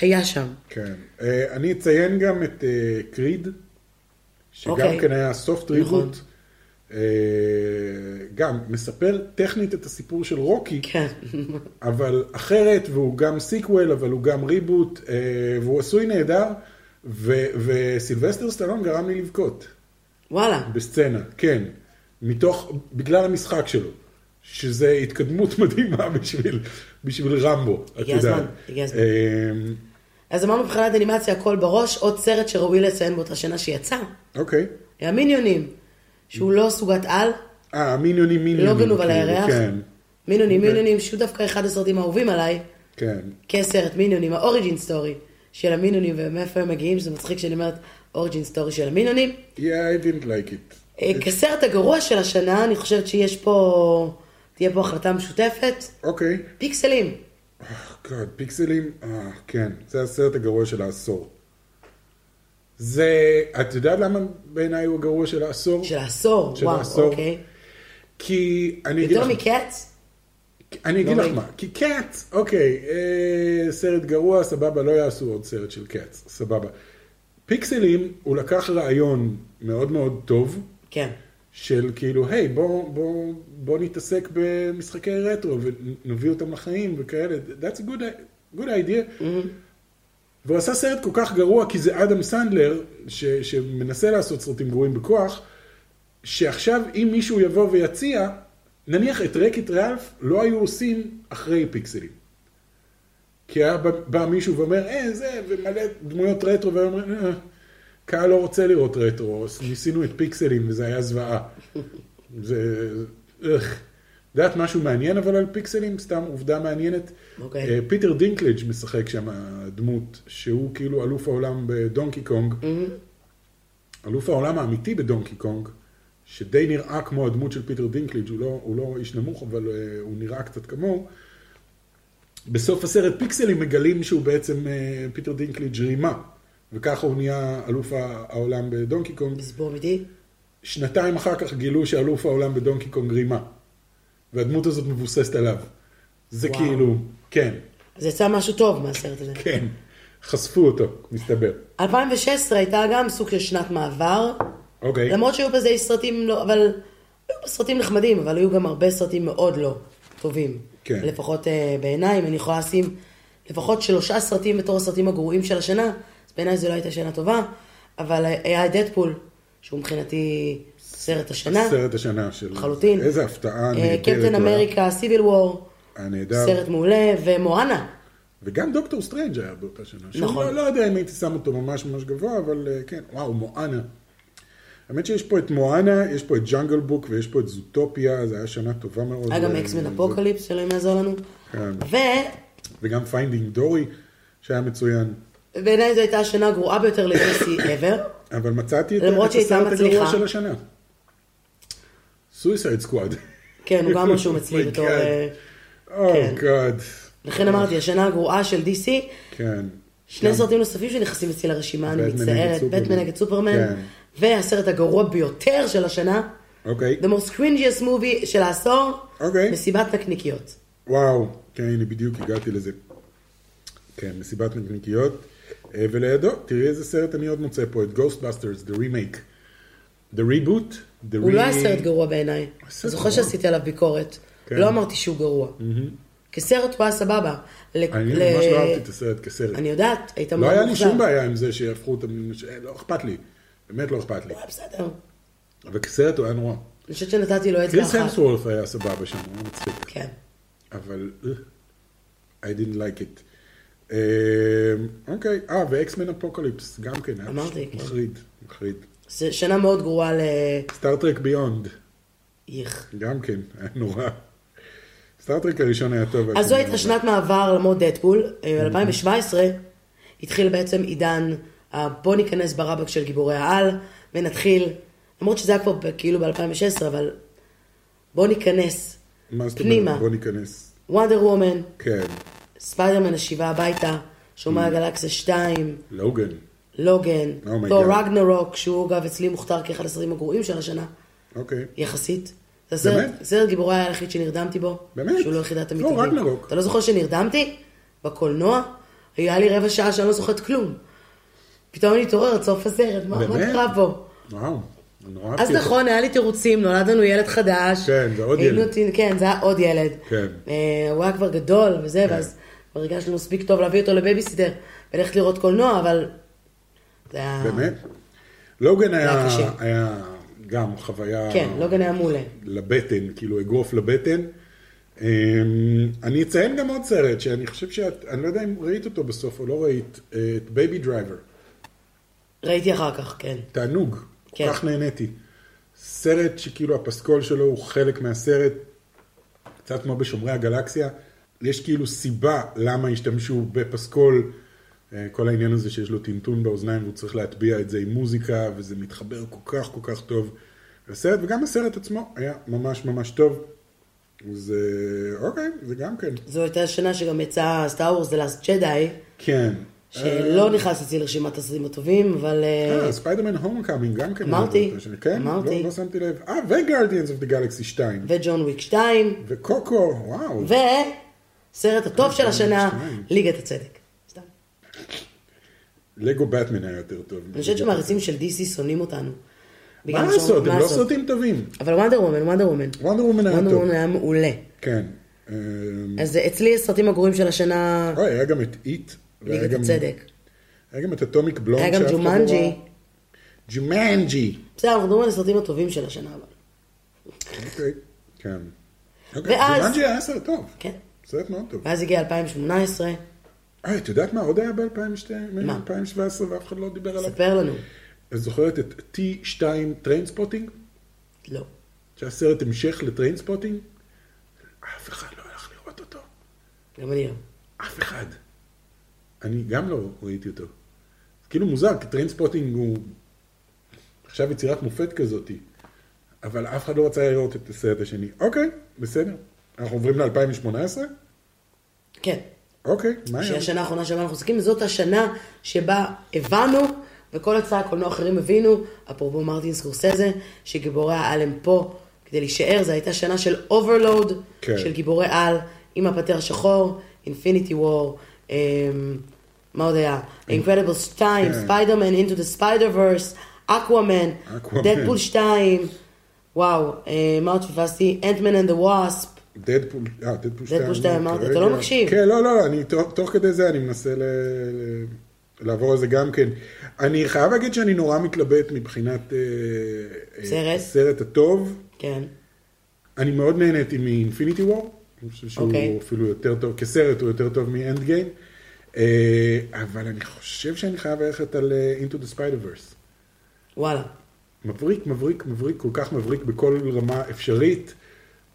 S2: היה שם.
S1: כן. אה, אני אציין גם את אה, קריד, שגם
S2: אוקיי.
S1: כן היה סופט
S2: נכון.
S1: ריבוט. אה, גם מספר טכנית את הסיפור של רוקי,
S2: כן, (laughs)
S1: אבל אחרת, והוא גם סיקוול, אבל הוא גם ריבוט, אה, והוא עשוי נהדר, ו- וסילבסטר סטלון גרם לי לבכות
S2: וואלה,
S1: בסצנה, כן, מתוך, בגלל המשחק שלו, שזה התקדמות (laughs) מדהימה בשביל, בשביל רמבו, את יודעת.
S2: הגיע הזמן, הגיע הזמן.
S1: אה,
S2: אז אמרנו מבחינת אנימציה הכל בראש, עוד סרט שראוי לציין באותה שנה שיצא,
S1: אוקיי.
S2: היה מיניונים, שהוא לא סוגת על,
S1: אה, מיניונים מיניונים.
S2: לא גנוב על
S1: כאילו,
S2: הירח,
S1: כן,
S2: מיניונים,
S1: אוקיי.
S2: מיניונים, שהוא דווקא אחד הסרטים האהובים עליי,
S1: כן.
S2: כסרט מיניונים, האוריג'ין סטורי של המינונים ומאיפה הם מגיעים, שזה מצחיק שאני אומרת אוריג'ין סטורי של המינונים.
S1: Yeah, I didn't like it.
S2: אה, כסרט הגרוע של השנה, אני חושבת שיש פה, תהיה פה החלטה משותפת.
S1: אוקיי.
S2: פיקסלים.
S1: גוד, פיקסלים, אה, כן, זה הסרט הגרוע של העשור. זה, את יודעת למה בעיניי הוא הגרוע של העשור?
S2: של העשור,
S1: של
S2: וואו,
S1: העשור.
S2: אוקיי.
S1: כי אני אגיד
S2: יותר
S1: לך,
S2: מקץ?
S1: אני אגיד
S2: לא
S1: לך
S2: ראיתי.
S1: מה, כי קאץ, אוקיי, אה, סרט גרוע, סבבה, לא יעשו עוד סרט של קאץ, סבבה. פיקסלים, הוא לקח רעיון מאוד מאוד טוב,
S2: כן.
S1: של כאילו, היי, בוא, בוא, בוא נתעסק במשחקי רטרו ונביא אותם לחיים וכאלה, that's a good, good
S2: Mm-hmm.
S1: idea. והוא עשה סרט כל כך גרוע, כי זה אדם סנדלר, ש, שמנסה לעשות סרטים גרועים בכוח, שעכשיו אם מישהו יבוא ויציע, נניח את רקט ריאלף לא היו עושים אחרי פיקסלים. כי היה בא- בא מישהו ואומר, אה, זה, ומלא דמויות רטרו, והם אומרים, "אה, קהל לא רוצה לראות רטרו, אז ניסינו את פיקסלים וזה היה זוועה. זה, איך. את יודעת משהו מעניין אבל על פיקסלים? סתם עובדה מעניינת.
S2: אוקיי.
S1: אה, פיטר דינקלג' משחק שם דמות, שהוא כאילו אלוף העולם בדונקי קונג.
S2: Mm-hmm.
S1: אלוף העולם האמיתי בדונקי קונג, שדי נראה כמו הדמות של פיטר דינקליג', הוא לא, הוא לא איש נמוך, אבל אה, הוא נראה קצת כמוהו. בסוף הסרט פיקסלים מגלים שהוא בעצם אה, פיטר דינקליג' רימה, וככה הוא נהיה אלוף ה- העולם בדונקי קונג.
S2: לסבור מידי?
S1: שנתיים אחר כך גילו שאלוף העולם בדונקי קונג רימה, והדמות הזאת מבוססת עליו. זה
S2: וואו.
S1: כאילו, כן,
S2: אז יצא משהו טוב מהסרט הזה.
S1: כן, חשפו אותו, מסתבר.
S2: 2016 הייתה גם סוג של שנת מעבר.
S1: אוקיי.
S2: למרות שהיו בזה סרטים לא, אבל היו פה סרטים נחמדים, אבל היו גם הרבה סרטים מאוד לא טובים.
S1: כן.
S2: לפחות אה, בעיניי, אם אני יכולה לשים לפחות שלושה סרטים בתור הסרטים הגרועים של השנה, אז בעיניי זו לא הייתה שנה טובה, אבל אה, היה את דדפול, שהוא מבחינתי סרט השנה.
S1: סרט השנה של...
S2: לחלוטין.
S1: איזה הפתעה
S2: אה,
S1: נהדרת.
S2: קפטן
S1: הוא היה.
S2: אמריקה, סיביל וור,
S1: היה נהדר.
S2: סרט מעולה, ומואנה.
S1: וגם דוקטור סטרנג' היה באותה שנה.
S2: נכון.
S1: נכון. לא, לא יודע אם הייתי שם אותו ממש ממש גבוה, אבל אה, כן, וואו, מואנה. האמת שיש פה את מואנה, יש פה את ג'אנגל בוק ויש פה את זוטופיה, זו הייתה שנה טובה מאוד.
S2: היה גם
S1: אה,
S2: אקסמן
S1: זה-
S2: אפוקליפס, שאלוהים יעזור לנו.
S1: כן.
S2: ו...
S1: וגם פיינדינג דורי, שהיה מצוין.
S2: בעיניי זו הייתה השנה הגרועה ביותר לדיסי ever.
S1: אבל מצאתי את
S2: למרות
S1: את
S2: שהייתה
S1: הסרט הגרוע
S2: מצליחה.
S1: של השנה. סויסייד סקוואד.
S2: כן, הוא גם רשום
S1: Oh
S2: אצלי בתור... אה, כן.
S1: גאד.
S2: לכן אמרתי, השנה הגרועה של DC,
S1: כן.
S2: שני
S1: גם-
S2: סרטים נוספים שנכנסים אצלי לרשימה, אני
S1: בטמן נגד
S2: מצטערת,
S1: סופרמן.
S2: בטמן נגד סופרמן,
S1: כן.
S2: והסרט הגרוע ביותר של השנה,
S1: אוקיי.
S2: The most cringiest movie של העשור,
S1: אוקיי.
S2: מסיבת נקניקיות.
S1: וואו, כן, הנה בדיוק הגעתי לזה. כן, מסיבת נקניקיות. אה, ולידו, תראי איזה סרט אני עוד מוצא פה, את Ghostbusters, The Remake. The Reboot, The
S2: הוא
S1: Re-
S2: לא היה סרט גרוע בעיניי.
S1: סרט
S2: אני זוכר
S1: גרוע.
S2: שעשיתי עליו ביקורת.
S1: כן.
S2: לא אמרתי שהוא גרוע. כסרט הוא היה סבבה. ל-
S1: אני
S2: ל-
S1: ממש לא אהבתי את הסרט כסרט.
S2: אני יודעת, היית
S1: לא
S2: מאוד
S1: היה לי
S2: מאוכזב.
S1: שום בעיה עם זה שיהפכו אותם, ש- לא אכפת לי. באמת לא אכפת לי.
S2: הוא היה בסדר.
S1: אבל כסרט הוא היה נורא.
S2: אני חושבת שנתתי לו אצבע
S1: קריס
S2: אחת.
S1: המסוורף היה סבבה שם, הוא היה מצחיק.
S2: כן.
S1: אבל אה, I didn't like it. אה, אוקיי, אה, ואקסמן אפוקליפס, גם כן, היה
S2: אמרתי,
S1: פשוט
S2: כן.
S1: מחריד, מחריד.
S2: זה שנה מאוד גרועה ל...
S1: סטארטרק ביונד,
S2: איך.
S1: גם כן, היה נורא. סטארטרק הראשון היה טוב. לא.
S2: אז זו
S1: השני
S2: הייתה
S1: היה
S2: שנת מעבר למוד דדפול.
S1: Mm-hmm.
S2: אה, 2017 התחיל בעצם עידן, ה- בוא ניכנס ברבק של גיבורי העל, ונתחיל, למרות שזה היה כבר ב- כאילו ב-2016, אבל בוא ניכנס
S1: נורא. מה זאת
S2: פנימה.
S1: אומרת? בוא ניכנס.
S2: וונדר וומן,
S1: כן,
S2: ספיידרמן השיבה הביתה, שומע הגלקסיה 2,
S1: לוגן.
S2: לוגן,
S1: Mm-hmm. Oh my
S2: תור
S1: God.
S2: רגנרוק, שהוא אגב אצלי מוכתר כאחד הסרטים הגרועים של השנה,
S1: אוקיי.
S2: יחסית. זה הסרט,
S1: באמת?
S2: סרט גיבורי היה היחיד שנרדמתי בו.
S1: באמת?
S2: שהוא לא יחידת
S1: תור
S2: המתאבים.
S1: רגנרוק.
S2: אתה לא זוכר שנרדמתי? בקולנוע? היה לי רבע שעה שאני לא זוכרת כלום. פתאום אני מתעוררת, סוף הסרט, מה מה
S1: באמת?
S2: קרה פה?
S1: וואו, נורא
S2: אז
S1: אהבתי אותו.
S2: נכון, היה לי תירוצים, נולד לנו ילד חדש.
S1: כן, זה עוד
S2: היינו
S1: ילד.
S2: אותי- כן, זה היה עוד ילד.
S1: כן.
S2: אה, הוא היה כבר גדול וזה,
S1: כן.
S2: ואז כבר הרגשנו מספיק טוב להביא אותו לבייביסיטר וללכת לראות קולנוע, אבל... זה היה...
S1: באמת? לוגן היה,
S2: קשה.
S1: היה גם חוויה...
S2: כן, לוגן היה מעולה.
S1: לבטן, כאילו אגרוף לבטן. אמ, אני אציין גם עוד סרט שאני חושב שאת, אני לא יודע אם ראית אותו בסוף או לא ראית, אה, את בייבי דרייבר,
S2: ראיתי אחר כך, כן.
S1: תענוג, כל
S2: כן.
S1: כך נהניתי. סרט שכאילו הפסקול שלו הוא חלק מהסרט, קצת כמו בשומרי הגלקסיה, יש כאילו סיבה למה השתמשו בפסקול, אה, כל העניין הזה שיש לו טינטון באוזניים והוא צריך להטביע את זה עם מוזיקה, וזה מתחבר כל כך כל כך טוב לסרט, וגם הסרט עצמו היה ממש ממש טוב. אז אה, אוקיי, זה גם כן.
S2: זו הייתה שנה שגם יצא סטאר וורס The Last Jedi,
S1: כן.
S2: שלא נכנס אצלי לרשימת הסרטים הטובים, אבל... אה,
S1: אה, ספיידרמן הומקאמינג גם כן.
S2: אמרתי,
S1: היה באותה שנה. כן?
S2: אמרתי.
S1: לא- לא שמתי לב. אה, וגרדיאנס אוף דה גלקסי 2.
S2: וג'ון וויק 2,
S1: וקוקו, וואו.
S2: וסרט הטוב של השנה,
S1: אה, שתיים. ליגת
S2: ליגת הצדק. סתם.
S1: לגו באטמן היה יותר טוב.
S2: אני חושבת שמעריצים של DC שונאים אותנו.
S1: מה
S2: בגלל שהם-
S1: לעשות,
S2: מה
S1: הם לא
S2: לעשות?
S1: סרטים טובים.
S2: אבל וונדר וומן, וונדר וומן.
S1: וונדר וומן היה
S2: וונדר
S1: טוב.
S2: וומן היה מעולה.
S1: כן. אה,
S2: אז אצלי הסרטים הגרועים של השנה,
S1: אמ, אוי, היה גם את איט. אה, והיה
S2: ליגת
S1: גם-
S2: הצדק.
S1: היה גם את אטומיק בלונד.
S2: היה גם
S1: שאף אחד לא
S2: ג'ומנג'י.
S1: ראה. ג'ומנג'י.
S2: בסדר, אנחנו מדברים על הסרטים הטובים של השנה, אבל.
S1: אוקיי. כן. אוקיי,
S2: ואז-
S1: ג'ומנג'י היה סרט טוב.
S2: כן.
S1: סרט מאוד טוב.
S2: ואז הגיע 2018,
S1: אה, את יודעת מה עוד היה ב-2017
S2: מה?
S1: ואף אחד לא דיבר עליו?
S2: ספר לנו.
S1: את זוכרת את T2 טריינספוטינג?
S2: לא.
S1: שהיה סרט המשך לטריינספוטינג? אף אחד לא הלך לראות אותו.
S2: גם אני לא.
S1: אף אחד. אני גם לא ראיתי אותו. זה כאילו מוזר, כי טריינספוטינג הוא עכשיו יצירת מופת כזאת, אבל אף אחד לא רצה לראות את הסרט השני. אוקיי, בסדר. אנחנו עוברים ל-2018?
S2: כן.
S1: אוקיי, מה היה?
S2: שהיא השנה האחרונה שבה אנחנו עוסקים, זאת השנה שבה הבנו, וכל הצעה הקולנוע האחרים הבינו, אפרופו מרטין סקורסזה, שגיבורי העל הם פה כדי להישאר, זו הייתה שנה של אוברלואוד,
S1: כן.
S2: כן. של גיבורי על, עם הפטר השחור, אינפיניטי וור, מה עוד היה? אינקרדיבל 2,
S1: כן.
S2: ספיידרמן, אינטו דה ספיידר ורס, אקוואמן,
S1: Aquaman.
S2: דדפול 2, וואו, אה, מה עוד שפספסתי? אנטמן אנד דה וואספ,
S1: דדפול, אה, דדפול 2.
S2: דדפול שתיים, אמרתי, אתה
S1: כרגע-
S2: לא מקשיב.
S1: כן, לא, לא, אני תוך- תוך כדי זה אני מנסה ל- ל- לעבור על זה גם כן. אני חייב להגיד שאני נורא מתלבט מבחינת... אה, אה,
S2: סרט?
S1: הסרט הטוב.
S2: כן.
S1: אני מאוד נהניתי מאינפיניטי וור. אני חושב שהוא
S2: אוקיי.
S1: אפילו יותר טוב, כסרט הוא יותר טוב מאנד גיים. אבל אני חושב שאני חייב ללכת על אה, Into the Spider-Verse.
S2: וואלה.
S1: מבריק, מבריק, מבריק, כל כך מבריק בכל רמה אפשרית.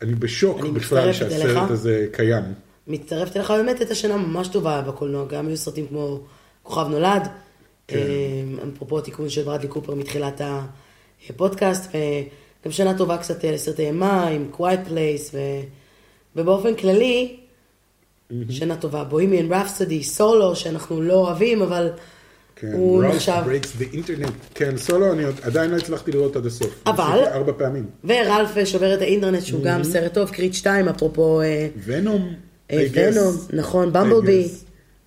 S1: אני בשוק
S2: אני
S1: בכלל
S2: מצטרפת
S1: שהסרט
S2: אליך.
S1: הזה קיים.
S2: מצטרפת אליך באמת הייתה שנה ממש טובה בקולנוע, גם היו סרטים כמו כוכב נולד,
S1: כן.
S2: אה, אפרופו התיקון של ברדלי קופר מתחילת הפודקאסט, וגם שנה טובה קצת אה, לסרטי אימה עם Quiet Place, ו... ובאופן כללי, שנה טובה, בוהימיאן רפסדי, סולו, שאנחנו לא אוהבים, אבל
S1: כן,
S2: הוא
S1: Ralph
S2: נחשב.
S1: breaks the internet. כן, סולו, אני עוד- עדיין לא הצלחתי לראות עד הסוף.
S2: אבל-
S1: ניסיתי ארבע פעמים.
S2: ורלף שובר את האינטרנט, שהוא גם סרט טוב, קריט 2, אפרופו אה,
S1: ונום, I
S2: אה,
S1: guess.
S2: ונום, נכון, במבלבי.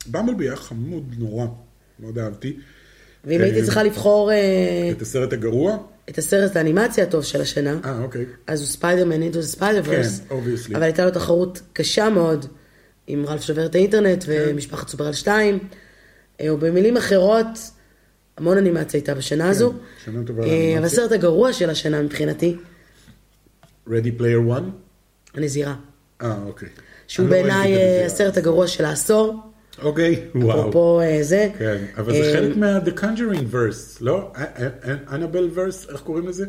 S1: במבלבי היה חמוד נורא, מאוד אהבתי.
S2: ואם
S1: אה,
S2: הייתי צריכה לבחור אה,
S1: את הסרט הגרוע?
S2: את הסרט האנימציה הטוב של השנה,
S1: אה, אוקיי.
S2: אז הוא ספיידרמן אינטו ספיידר ורס.
S1: כן, obviously.
S2: אבל הייתה לו תחרות קשה מאוד עם רלף שובר את האינטרנט
S1: כן.
S2: ומשפחת סופרל 2. או במילים אחרות, המון אנימציה הייתה בשנה הזו.
S1: כן, שנה טובה
S2: אה,
S1: לאנימציה.
S2: אבל הסרט הגרוע של השנה מבחינתי,
S1: Ready Player One?
S2: הנזירה.
S1: אה, אוקיי.
S2: שהוא
S1: אני לא ראיתי
S2: בעיניי
S1: את
S2: אה,
S1: הנזירה.
S2: הסרט הגרוע של העשור.
S1: אוקיי, וואו.
S2: אפרופו אה, זה.
S1: כן, אבל זה
S2: אה,
S1: חלק מה-The Conjuring verse, לא? אנבל verse, איך קוראים לזה?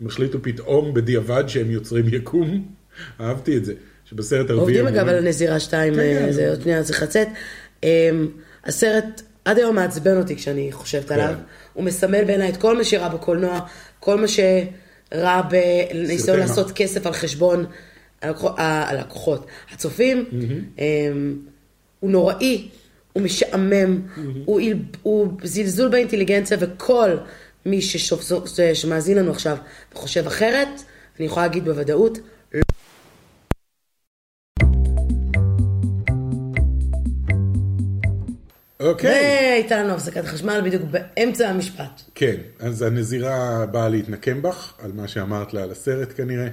S1: הם החליטו פתאום בדיעבד שהם יוצרים יקום. אהבתי את זה. שבסרט הרביעי...
S2: עובדים
S1: הם
S2: אגב על
S1: אומרים-
S2: הנזירה 2,
S1: כן, כן.
S2: זה עוד שנייה צריך לצאת. אמ, הסרט עד היום מעצבן אותי כשאני חושבת
S1: כן.
S2: עליו. הוא מסמל בעיניי את כל מה שרע בקולנוע, כל מה שרע בניסיון
S1: אימה.
S2: לעשות כסף על חשבון הלקוח- ה- הלקוחות, הצופים. אמ, הוא נוראי, הוא משעמם, הוא עיל- הוא זלזול באינטליגנציה, וכל מי ששופ- שמאזין לנו עכשיו וחושב אחרת, אני יכולה להגיד בוודאות,
S1: אוקיי.
S2: והייתה לנו הפסקת חשמל בדיוק באמצע המשפט.
S1: כן, אז הנזירה באה להתנקם בך, על מה שאמרת לה על הסרט כנראה.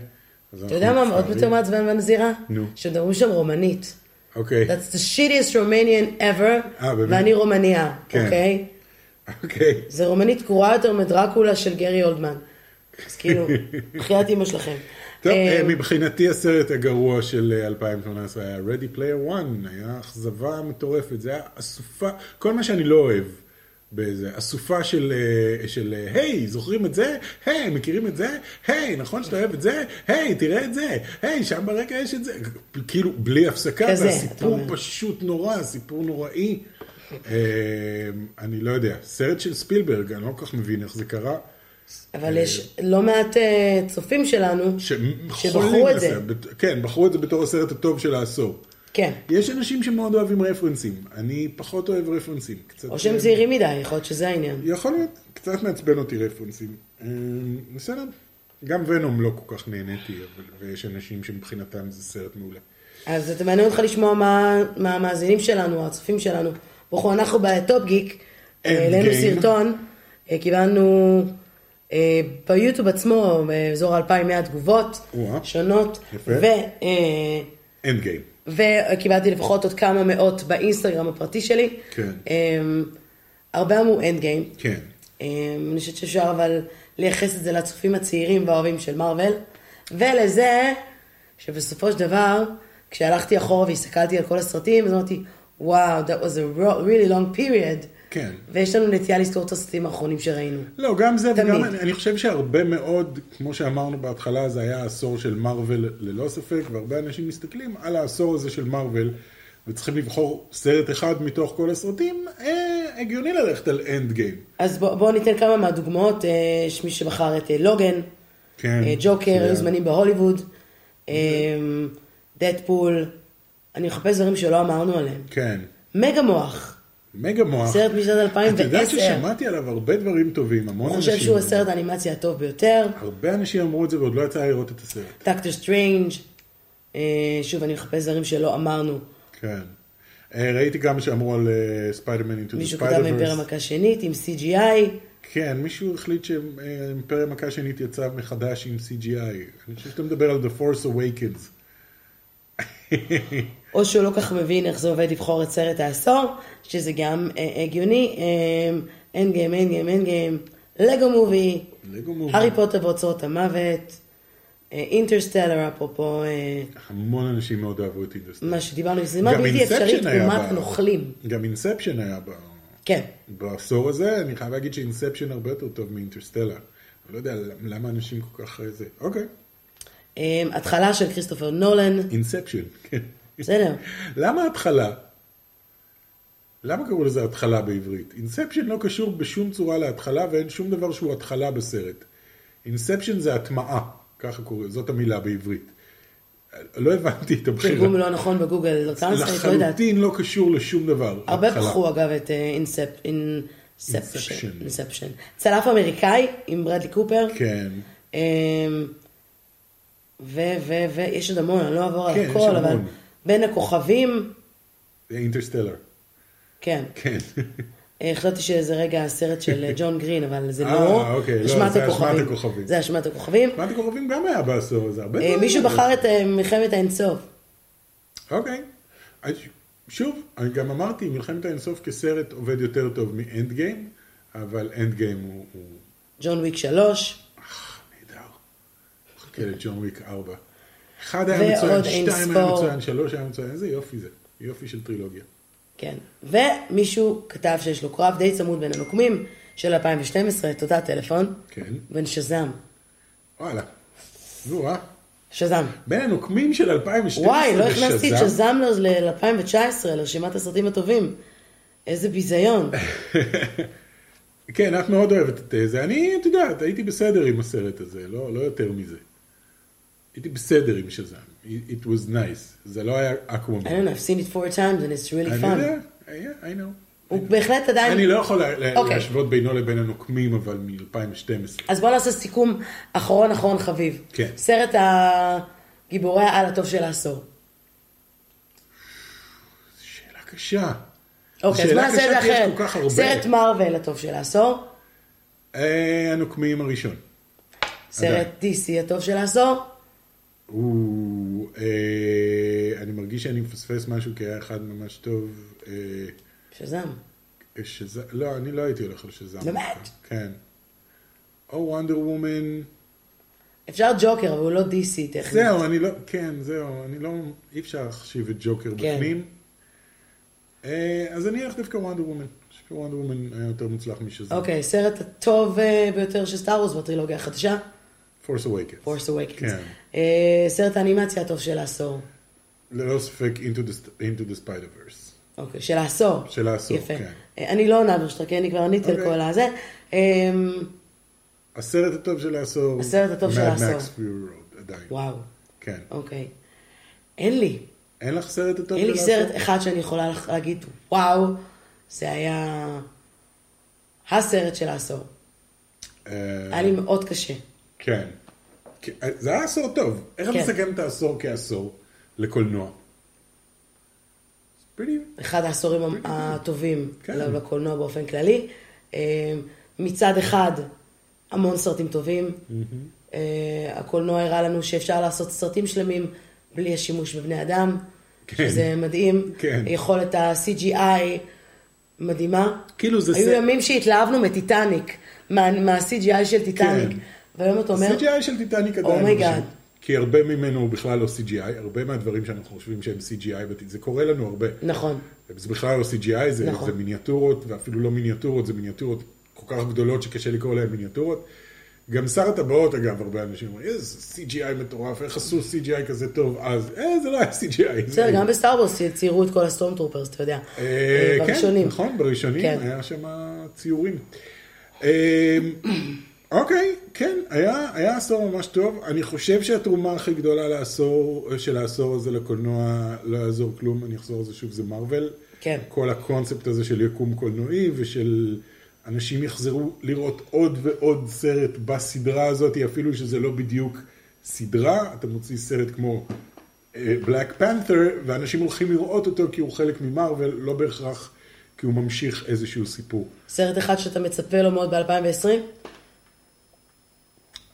S2: אתה יודע מה מאוד יותר מעצבן בנזירה?
S1: נו.
S2: שמדברים שם רומנית.
S1: אוקיי,
S2: That's the shittiest Romanian ever,
S1: אה, באמת?
S2: ואני רומניה,
S1: כן.
S2: אוקיי?
S1: אוקיי.
S2: זה רומנית גרועה יותר מדרקולה של גרי אולדמן. אז
S1: (laughs)
S2: כאילו, בחייאת אימא שלכם.
S1: טוב,
S2: אה,
S1: אה, מבחינתי הסרט הגרוע של אה, 2018 היה Ready Player One, היה אכזבה מטורפת, זה היה אסופה, כל מה שאני לא אוהב באיזה אסופה של, אה, של אה, היי, זוכרים את זה? היי, מכירים את זה? היי, נכון שאתה אוהב את זה? היי, תראה את זה? היי, שם ברקע יש את זה? כאילו, בלי הפסקה,
S2: כזה, אתה
S1: והסיפור
S2: אומר.
S1: פשוט נורא, סיפור נוראי. אה, אני לא יודע, סרט של ספילברג, אני לא כל כך מבין איך זה קרה.
S2: אבל יש לא מעט אה, צופים שלנו,
S1: שבחרו
S2: שבחרו את זה.
S1: כן, בחרו את זה בתור הסרט הטוב של העשור.
S2: כן.
S1: יש אנשים שמאוד אוהבים רפרנסים, אני פחות אוהב רפרנסים. קצת...
S2: או שהם צעירים מדי, יכול להיות שזה העניין.
S1: יכול להיות, קצת מעצבן אותי רפרנסים. אה, בסדר, גם ונום לא כל כך נהניתי, אבל... ויש אנשים שמבחינתם זה סרט מעולה.
S2: אז זה מעניין אותך לשמוע מה, מה המאזינים שלנו, הצופים שלנו. ברוך אנחנו בטופ גיק, אה, העלינו
S1: Endgame.
S2: סרטון, אה, קיבלנו אה, ביוטיוב עצמו אה, באזור 2,100 תגובות
S1: או-אה.
S2: שונות,
S1: יפה.
S2: ו, אה,
S1: אנד גיים.
S2: וקיבלתי לפחות עוד כמה מאות באינסטגרם הפרטי שלי.
S1: כן.
S2: אה, הרבה אמרו אנד גיים.
S1: כן.
S2: אמ, אני חושבת שאפשר אבל לייחס את זה לצופים הצעירים והאוהבים של מארוול, ולזה שבסופו של דבר, כשהלכתי אחורה והסתכלתי על כל הסרטים, אז אמרתי, וואו, that was a ro- really long period.
S1: כן.
S2: ויש לנו נטייה לזכור את הסרטים האחרונים שראינו.
S1: לא, גם זה,
S2: תמיד.
S1: וגם אני, אני חושב שהרבה מאוד, כמו שאמרנו בהתחלה, זה היה העשור של מארוול ללא ספק, והרבה אנשים מסתכלים על העשור הזה של מארוול, וצריכים לבחור סרט אחד מתוך כל הסרטים, אה, הגיוני ללכת על אנד גיים.
S2: אז בואו בוא ניתן כמה מהדוגמאות, אה, יש מי שבחר את אה, לוגן,
S1: כן,
S2: אה, ג'וקר,
S1: מצוין. Mm-hmm.
S2: היו זמנים בהוליווד, אה, דדפול, אני מחפש דברים שלא אמרנו עליהם.
S1: כן.
S2: מגה מוח.
S1: מגה מוח.
S2: סרט משנת 2010.
S1: את יודעת ששמעתי עליו הרבה דברים טובים, המון
S2: הוא
S1: אנשים.
S2: חושב שהוא
S1: אמרו.
S2: הסרט האנימציה הטוב ביותר,
S1: הרבה אנשים אמרו את זה ועוד לא יצא לי לראות את הסרט.
S2: דוקטור סטרינג', אה, שוב אני מחפש דברים שלא אמרנו,
S1: כן. אה, ראיתי גם שאמרו על אה, ספיידרמן אינטו
S2: מישהו כתב אימפריה מכה שנית עם CGI,
S1: כן, מישהו החליט שאימפריה מכה שנית יצא מחדש עם CGI. אני חושב שאתה מדבר על The Force Awakens.
S2: או שהוא לא כך מבין איך זה עובד לבחור את סרט העשור, שזה גם אה, הגיוני, אה, אין גיים, אין גיים, אין גיים, לגו מובי,
S1: לגו מובי.
S2: הארי פוטר ואוצרות המוות, אינטרסטלר אפרופו, אה,
S1: המון אנשים מאוד אהבו את אינדסטר.
S2: מה שדיברנו, זה מה בלתי אפשרית, לעומת נוכלים,
S1: גם אינספשן היה ב-
S2: כן.
S1: בעשור הזה, אני חייב להגיד שאינספשן הרבה יותר טוב מאינטרסטלה. אני לא יודע למה אנשים כל כך אה, זה. אוקיי,
S2: אה, התחלה של כריסטופר נולן,
S1: אינספשן, כן.
S2: בסדר.
S1: למה התחלה? למה קראו לזה התחלה בעברית? אינספשן לא קשור בשום צורה להתחלה ואין שום דבר שהוא התחלה בסרט. אינספשן זה הטמעה, ככה קוראים, זאת המילה בעברית. לא הבנתי את
S2: תרגום
S1: הבחירה.
S2: לא נכון בגוגל, לא טרנסלייט, לא יודעת.
S1: לחלוטין לא קשור לשום דבר.
S2: הרבה
S1: התחלה.
S2: פחו אגב את אה, אינספ- אין- אינספשן.
S1: Inception.
S2: אינספשן. צלף אמריקאי עם ברדלי קופר.
S1: כן.
S2: אמ, ו, ו, ו, יש עוד המון, אני לא אעבור
S1: כן, יש
S2: על הכל, אבל
S1: המון.
S2: בין הכוכבים,
S1: אינטרסטלר.
S2: כן.
S1: כן. (laughs)
S2: אה, החלטתי שזה רגע הסרט של אה, ג'ון גרין,
S1: (laughs)
S2: אבל זה
S1: אה,
S2: לא.
S1: אוקיי, לא,
S2: אשמת
S1: זה
S2: הכוכבים.
S1: אשמת הכוכבים.
S2: זה אשמת הכוכבים.
S1: מתי קרובים גם היה בעשור הזה. הרבה
S2: אה,
S1: דברים.
S2: מישהו בחר את אה, מלחמת האינסוף.
S1: אוקיי. אז שוב, אני גם אמרתי, מלחמת האינסוף כסרט עובד יותר טוב מאנד גיים, אבל אנד גיים הוא הוא
S2: ג'ון וויק 3,
S1: נהדר. מחכה לג'ון וויק 4. אחד היה
S2: ועוד
S1: מצוין,
S2: אין
S1: שתיים היה
S2: ספור.
S1: מצוין, שלוש היה מצוין, איזה יופי זה. יופי של טרילוגיה.
S2: כן. ומישהו כתב שיש לו קרב די צמוד בין הנוקמים של 2012, תודה טלפון,
S1: כן.
S2: בין שזם.
S1: וואלה. נו, אה?
S2: שזם.
S1: בין הנוקמים של 2012
S2: וואי, לא הכנסתי את
S1: ושזאם.
S2: שזם ל-2019, לרשימת הסרטים הטובים.
S1: (laughs)
S2: איזה ביזיון.
S1: כן, את מאוד אוהבת את זה. אני, את יודעת, הייתי בסדר עם הסרט הזה, לא, לא יותר מזה. הייתי בסדר עם שזם. It was nice. זה לא היה אקוואמן.
S2: I don't know, I've seen it four times and it's really
S1: אני
S2: fun.
S1: יודע, yeah, I know.
S2: הוא בהחלט עדיין...
S1: אני לא יכול לה- לה-
S2: אוקיי.
S1: להשוות בינו לבין הנוקמים, אבל מ-2012.
S2: אז בואו נעשה סיכום אחרון אחרון חביב.
S1: כן.
S2: סרט הגיבורי העל הטוב של העשור.
S1: שאלה קשה.
S2: אוקיי, אז בוא
S1: שאלה
S2: נעשה את זה
S1: קשה, כי יש
S2: אחרת.
S1: כל כך הרבה.
S2: סרט מארוול הטוב של העשור,
S1: אה, הנוקמים הראשון.
S2: סרט DC הטוב של העשור,
S1: הוא... אה, אני מרגיש שאני מפספס משהו, כי היה אחד ממש טוב. אה,
S2: שזם.
S1: שז... לא, אני לא הייתי הולך על שזם.
S2: באמת?
S1: כן. או וונדר וומן.
S2: אפשר ג'וקר, אבל הוא לא DC טכנית.
S1: זהו, אני לא... כן, זהו, אני לא... אי אפשר להחשיב את ג'וקר
S2: כן.
S1: בפנים. אה, אז אני אלך דווקא וונדר וומן. אני חושב שוונדר וומן היה יותר מוצלח משזם.
S2: אוקיי, סרט הטוב אה, ביותר של סטאר וורס בטרילוגיה החדשה,
S1: Force Awakens.
S2: Force Awakens.
S1: כן.
S2: אה, סרט האנימציה הטוב של העשור.
S1: ללא ספק Into the, into the Spider-Verse.
S2: אוקיי, של העשור.
S1: של העשור,
S2: יפה.
S1: כן.
S2: אה, אני לא עונה ברשותך, כי אני כבר עניתי על
S1: אוקיי.
S2: כל הזה. אה,
S1: הסרט הטוב של העשור.
S2: הסרט הטוב של
S1: Mad
S2: העשור.
S1: Max Fury Road, עדיין.
S2: וואו,
S1: כן.
S2: אוקיי. אין לי.
S1: אין לך סרט הטוב
S2: אין
S1: של
S2: לי
S1: העשור?
S2: סרט אחד שאני יכולה לך- להגיד, וואו, זה היה הסרט של העשור.
S1: אה,
S2: היה לי מאוד קשה.
S1: כן. כן, זה היה עשור טוב. איך אתה
S2: כן.
S1: מסכם את העשור כעשור לקולנוע? בדיוק.
S2: אחד העשורים המ- הטובים
S1: כן.
S2: ל- לקולנוע באופן כללי. אה, מצד אחד, המון סרטים טובים. אה, הקולנוע הראה לנו שאפשר לעשות סרטים שלמים בלי השימוש בבני אדם,
S1: כן.
S2: שזה מדהים.
S1: כן.
S2: יכולת ה-CGI מדהימה.
S1: כאילו זה
S2: היו
S1: סרט-
S2: ימים שהתלהבנו מטיטניק, מה- מה-CGI של
S1: כן.
S2: טיטניק. והיום אתה אומר, "Oh
S1: CGI של טיטניק עדיין.
S2: אומייגאד.
S1: אני חושב. כי הרבה ממנו הוא בכלל לא CGI, הרבה מהדברים שאנחנו חושבים שהם CGI, בת- זה קורה לנו הרבה.
S2: נכון,
S1: זה בכלל לא CGI, זה,
S2: נכון.
S1: זה מיניאטורות, ואפילו לא מיניאטורות, זה מיניאטורות כל כך גדולות שקשה לקרוא להן מיניאטורות. גם שר הטבעות, אגב, הרבה אנשים אומרים, איזה CGI מטורף, איך עשו CGI כזה טוב אז? אה, זה לא היה CGI. זה-
S2: בסדר, גם בסטאר וורס ציירו את כל הסטורם טרופרס, אתה יודע.
S1: אה,
S2: בראשונים.
S1: כן, נכון, בראשונים
S2: כן.
S1: היה שם ציורים. אה, אוקיי, כן, היה, היה עשור ממש טוב. אני חושב שהתרומה הכי גדולה לעשור, של העשור הזה לקולנוע לא יעזור כלום, אני אחזור על זה שוב, זה מארוול.
S2: כן.
S1: כל הקונספט הזה של יקום קולנועי ושל אנשים יחזרו לראות עוד ועוד סרט בסדרה הזאת, אפילו שזה לא בדיוק סדרה, אתה מוציא סרט כמו בלק פנת'ר, ואנשים הולכים לראות אותו כי הוא חלק ממרוויל, לא בהכרח כי הוא ממשיך איזשהו סיפור.
S2: סרט אחד שאתה מצפה לו מאוד ב-2020?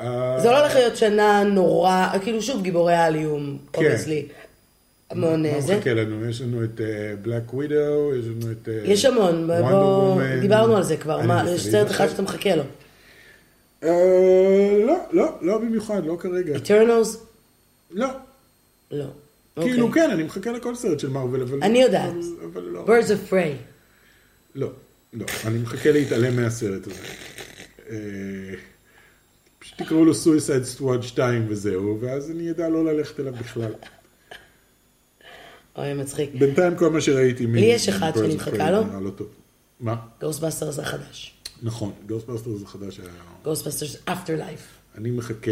S1: אה,
S2: זה לא הולך להיות שנה נורא, כאילו שוב גיבורי העל יהיו,
S1: כן.
S2: אובייסלי. המון אה,
S1: מה כן?
S2: זה.
S1: לא מחכה לנו? יש לנו את בלק ווידו, יש לנו את... אה,
S2: יש המון,
S1: Wonder
S2: בואו,
S1: Woman.
S2: דיברנו על זה כבר,
S1: אני
S2: מה,
S1: מנסה
S2: יש סרט אחד
S1: להיזכר.
S2: שאתה מחכה לו.
S1: אה, לא, לא, לא במיוחד, לא כרגע.
S2: Eternals?
S1: לא.
S2: לא.
S1: כאילו
S2: אוקיי.
S1: כן, אני מחכה לכל סרט של מארוול, אבל...
S2: אני יודעת.
S1: אבל- אבל לא.
S2: Birds of Prey.
S1: לא, לא, אני מחכה להתעלם מהסרט הזה. אה, פשוט תקראו לו Suicide Squad 2 וזהו, ואז אני אדע לא ללכת אליו בכלל.
S2: אוי, מצחיק.
S1: בינתיים כל מה שראיתי מ...
S2: לי יש אחד
S1: Birds
S2: שאני
S1: of
S2: מחכה
S1: Prey
S2: לו.
S1: נראה לא טוב. מה?
S2: Ghostbusters החדש.
S1: נכון, Ghostbusters זה חדש היה...
S2: Ghostbusters Afterlife.
S1: אני מחכה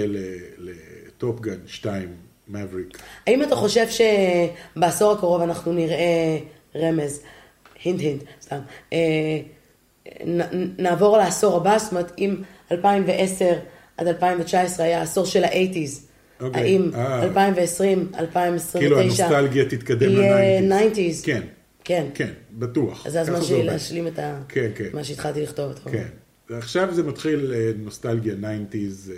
S1: לטופגן 2, מבריק.
S2: האם אתה חושב שבעשור הקרוב אנחנו נראה רמז, הינט הינט, סתם, אה, נ- נעבור לעשור הבא, זאת אומרת, אם 2010 עד 2019 היה העשור של ה-80's,
S1: אוקיי,
S2: האם
S1: אה.
S2: 2020, 2029,
S1: כאילו הנוסטלגיה תתקדם
S2: יהיה
S1: ל-90's.
S2: 90's?
S1: כן,
S2: כן.
S1: כן, בטוח.
S2: אז זה הזמן
S1: ככה
S2: שלי
S1: עובד.
S2: להשלים את ה...
S1: כן, כן.
S2: מה שהתחלתי לכתוב את כל
S1: כן. ועכשיו זה מתחיל אה, נוסטלגיה 90's, אה,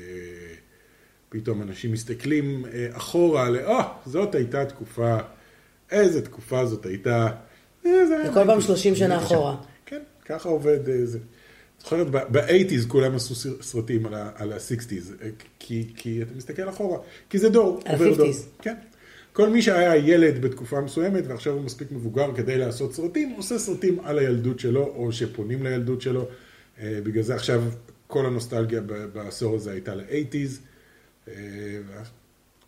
S1: פתאום אנשים מסתכלים אה, אחורה, ל- אה, זאת הייתה תקופה, איזה תקופה זאת הייתה. אה, זה היה
S2: וכל פעם
S1: 90s.
S2: 30 שנה אחורה.
S1: כן, ככה עובד אה, זה. זוכרת, ב-80's כולם עשו סר- סרטים על ה- על ה-60's, אה, כי, כי אתה מסתכל אחורה, כי זה דור.
S2: על
S1: עובר דור.
S2: ה-50s.
S1: כן. כל מי שהיה ילד בתקופה מסוימת ועכשיו הוא מספיק מבוגר כדי לעשות סרטים, עושה סרטים על הילדות שלו או שפונים לילדות שלו. אה, בגלל זה עכשיו כל הנוסטלגיה ב- בעשור הזה הייתה ל-80's. אה,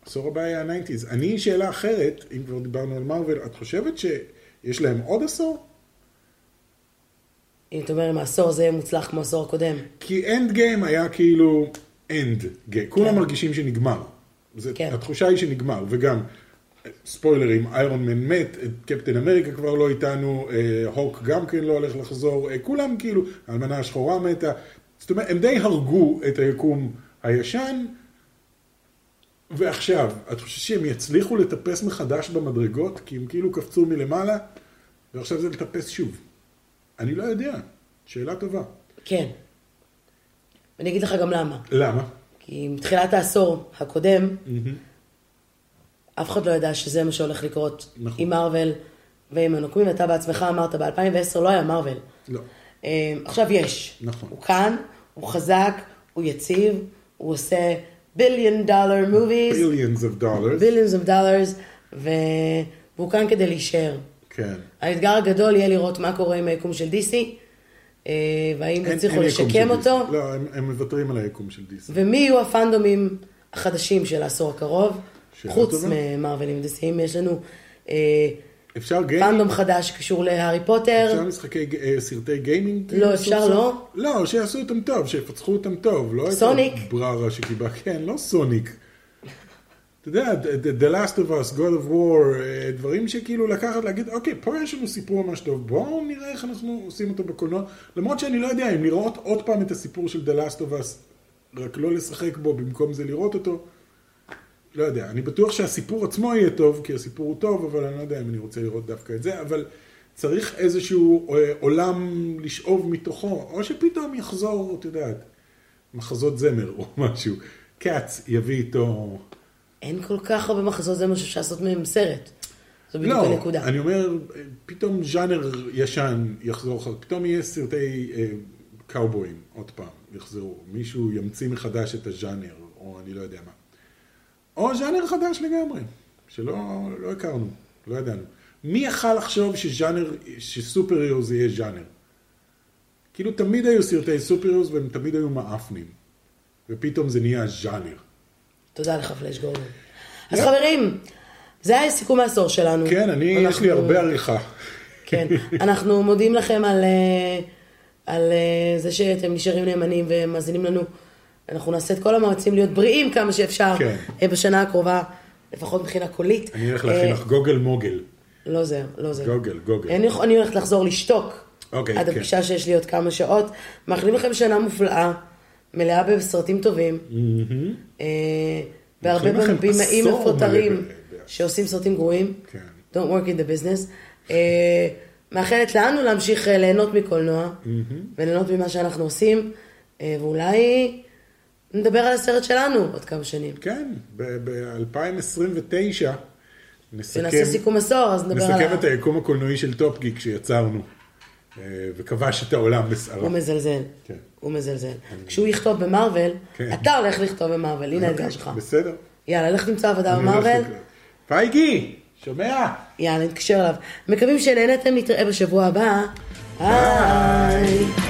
S1: והעשור הבא היה ה-90's. אני שאלה אחרת, אם כבר דיברנו על מארוול, את חושבת שיש להם עוד עשור?
S2: אם אתה אומר אם העשור זה יהיה מוצלח כמו העשור הקודם.
S1: כי אנד גיים היה כאילו אנד גיים. כולם מרגישים שנגמר. זה,
S2: כן.
S1: התחושה היא שנגמר, וגם, אה, ספוילרים, איירון מן מת, אה, קפטן אמריקה כבר לא איתנו, אה, הוק גם כן לא הולך לחזור, אה, כולם כאילו, האלמנה השחורה מתה. זאת אומרת, הם די הרגו את היקום הישן, ועכשיו, את חושבת שהם יצליחו לטפס מחדש במדרגות? כי הם כאילו קפצו מלמעלה, ועכשיו זה לטפס שוב. אני לא יודע. שאלה טובה.
S2: כן. ואני אגיד לך גם למה.
S1: למה?
S2: כי עם תחילת העשור הקודם,
S1: Mm-hmm.
S2: אף אחד לא ידע שזה מה שהולך לקרות
S1: נכון.
S2: עם מארוול ועם הנוקמים. אתה בעצמך אמרת, ב-2010 לא היה מארוול.
S1: לא.
S2: אה, עכשיו יש.
S1: נכון.
S2: הוא כאן, הוא חזק, הוא יציב, הוא עושה ביליון דולר מוביז,
S1: billions of dollars.
S2: ביליונס אוף דולרס, והוא כאן כדי להישאר.
S1: כן.
S2: האתגר הגדול יהיה לראות מה קורה עם היקום של DC, אה, והאם
S1: אין-
S2: יצליחו
S1: אין יקום
S2: לשקם
S1: של
S2: אותו,
S1: דיסני. לא, הם- הם מוותרים על היקום של דיסני.
S2: ומי יהיו הפאנדומים החדשים של העשור הקרוב,
S1: שאלה
S2: חוץ
S1: טובה.
S2: ממרווילים ודסיים, יש לנו אה,
S1: אפשר גיימינג?
S2: פאנדום חדש שקשור להארי פוטר,
S1: אפשר משחקי, ג- אה, סרטי גיימינג?
S2: לא,
S1: סוף
S2: אפשר
S1: סוף?
S2: לא?
S1: לא, שיעשו אותם טוב, שיפצחו אותם טוב. לא את
S2: סוניק.
S1: הבררה שקיבל, כן, לא סוניק. אתה יודע, The- The- The Last of Us, God of War, אה, דברים שכאילו לקחת, להגיד, אוקיי, פה יש לנו סיפור ממש טוב, בואו נראה איך אנחנו עושים אותו בקולנוע. למרות שאני לא יודע אם לראות עוד פעם את הסיפור של The Last of Us, רק לא לשחק בו, במקום זה לראות אותו. לא יודע, אני בטוח שהסיפור עצמו יהיה טוב, כי הסיפור הוא טוב, אבל אני לא יודע אם אני רוצה לראות דווקא את זה, אבל צריך איזשהו אה, עולם לשאוב מתוכו, או שפתאום יחזור, את יודעת, מחזות זמר או משהו. קאץ יביא איתו...
S2: אין כל כך הרבה מחזות זמר שאפשר לעשות מהם סרט. זו בדיוק
S1: לא,
S2: הנקודה.
S1: אני אומר, אה, פתאום ז'אנר ישן יחזור, אחר- פתאום יהיה סרטי אה, קאובויים, עוד פעם, יחזרו. מישהו ימציא מחדש את הז'אנר, או אני לא יודע מה. או ז'אנר חדש לגמרי, שלא לא הכרנו, לא ידענו. מי יכל לחשוב שז'אנר, שסופר הירוס יהיה ז'אנר? כאילו תמיד היו סרטי סופר הירוס והם תמיד היו מעפנים. ופתאום זה נהיה ז'אנר.
S2: תודה לך, פלאש גורדון. אז
S1: לא.
S2: חברים, זה היה סיכום העשור שלנו.
S1: כן, אני, יש
S2: אנחנו-
S1: לי הרבה עריכה.
S2: כן, אנחנו מודים לכם על, אה, על אה, זה שאתם נשארים נאמנים ומאזינים לנו. אנחנו נעשה את כל המאמצים להיות בריאים כמה שאפשר
S1: כן.
S2: אה, בשנה הקרובה, לפחות מבחינה קולית.
S1: אני הולך להכין
S2: אה,
S1: לך גוגל מוגל.
S2: לא עוזר, לא עוזר.
S1: גוגל, גוגל.
S2: אני, יכול- אני הולכת לחזור לשתוק.
S1: אוקיי,
S2: עד
S1: כן.
S2: הפגישה שיש לי עוד כמה שעות. מאחלים לכם שנה מופלאה, מלאה בסרטים טובים. אה, והרבה
S1: מאחלים לכם
S2: במאים
S1: עשור מלא
S2: מפוטרים
S1: ב- ב-
S2: שעושים סרטים גרועים.
S1: כן.
S2: Don't work in the business. אה, מאחלת לנו להמשיך אה, ליהנות מקולנוע, וליהנות ממה שאנחנו עושים, אה, ואולי נדבר על הסרט שלנו עוד כמה שנים.
S1: כן, ב-2029 נסכם,
S2: כשנעשה סיכום עשור, אז נדבר על
S1: כן. נסכם
S2: ה...
S1: את היקום הקולנועי של טופגיק שיצרנו, אה, וכבש את העולם בסערה.
S2: הוא מזלזל.
S1: כן.
S2: הוא מזלזל. כשהוא יכתוב במרוויל,
S1: כן.
S2: אתה הולך לכתוב במרוויל, הנה האתגר
S1: אוקיי,
S2: שלך.
S1: בסדר.
S2: יאללה, לך תמצא עבודה
S1: אני הולך
S2: במרוויל,
S1: לקרוא. פייגי, שומע?
S2: יאללה, נתקשר אליו. מקווים שנהנתם, נתראה בשבוע הבא. ביי.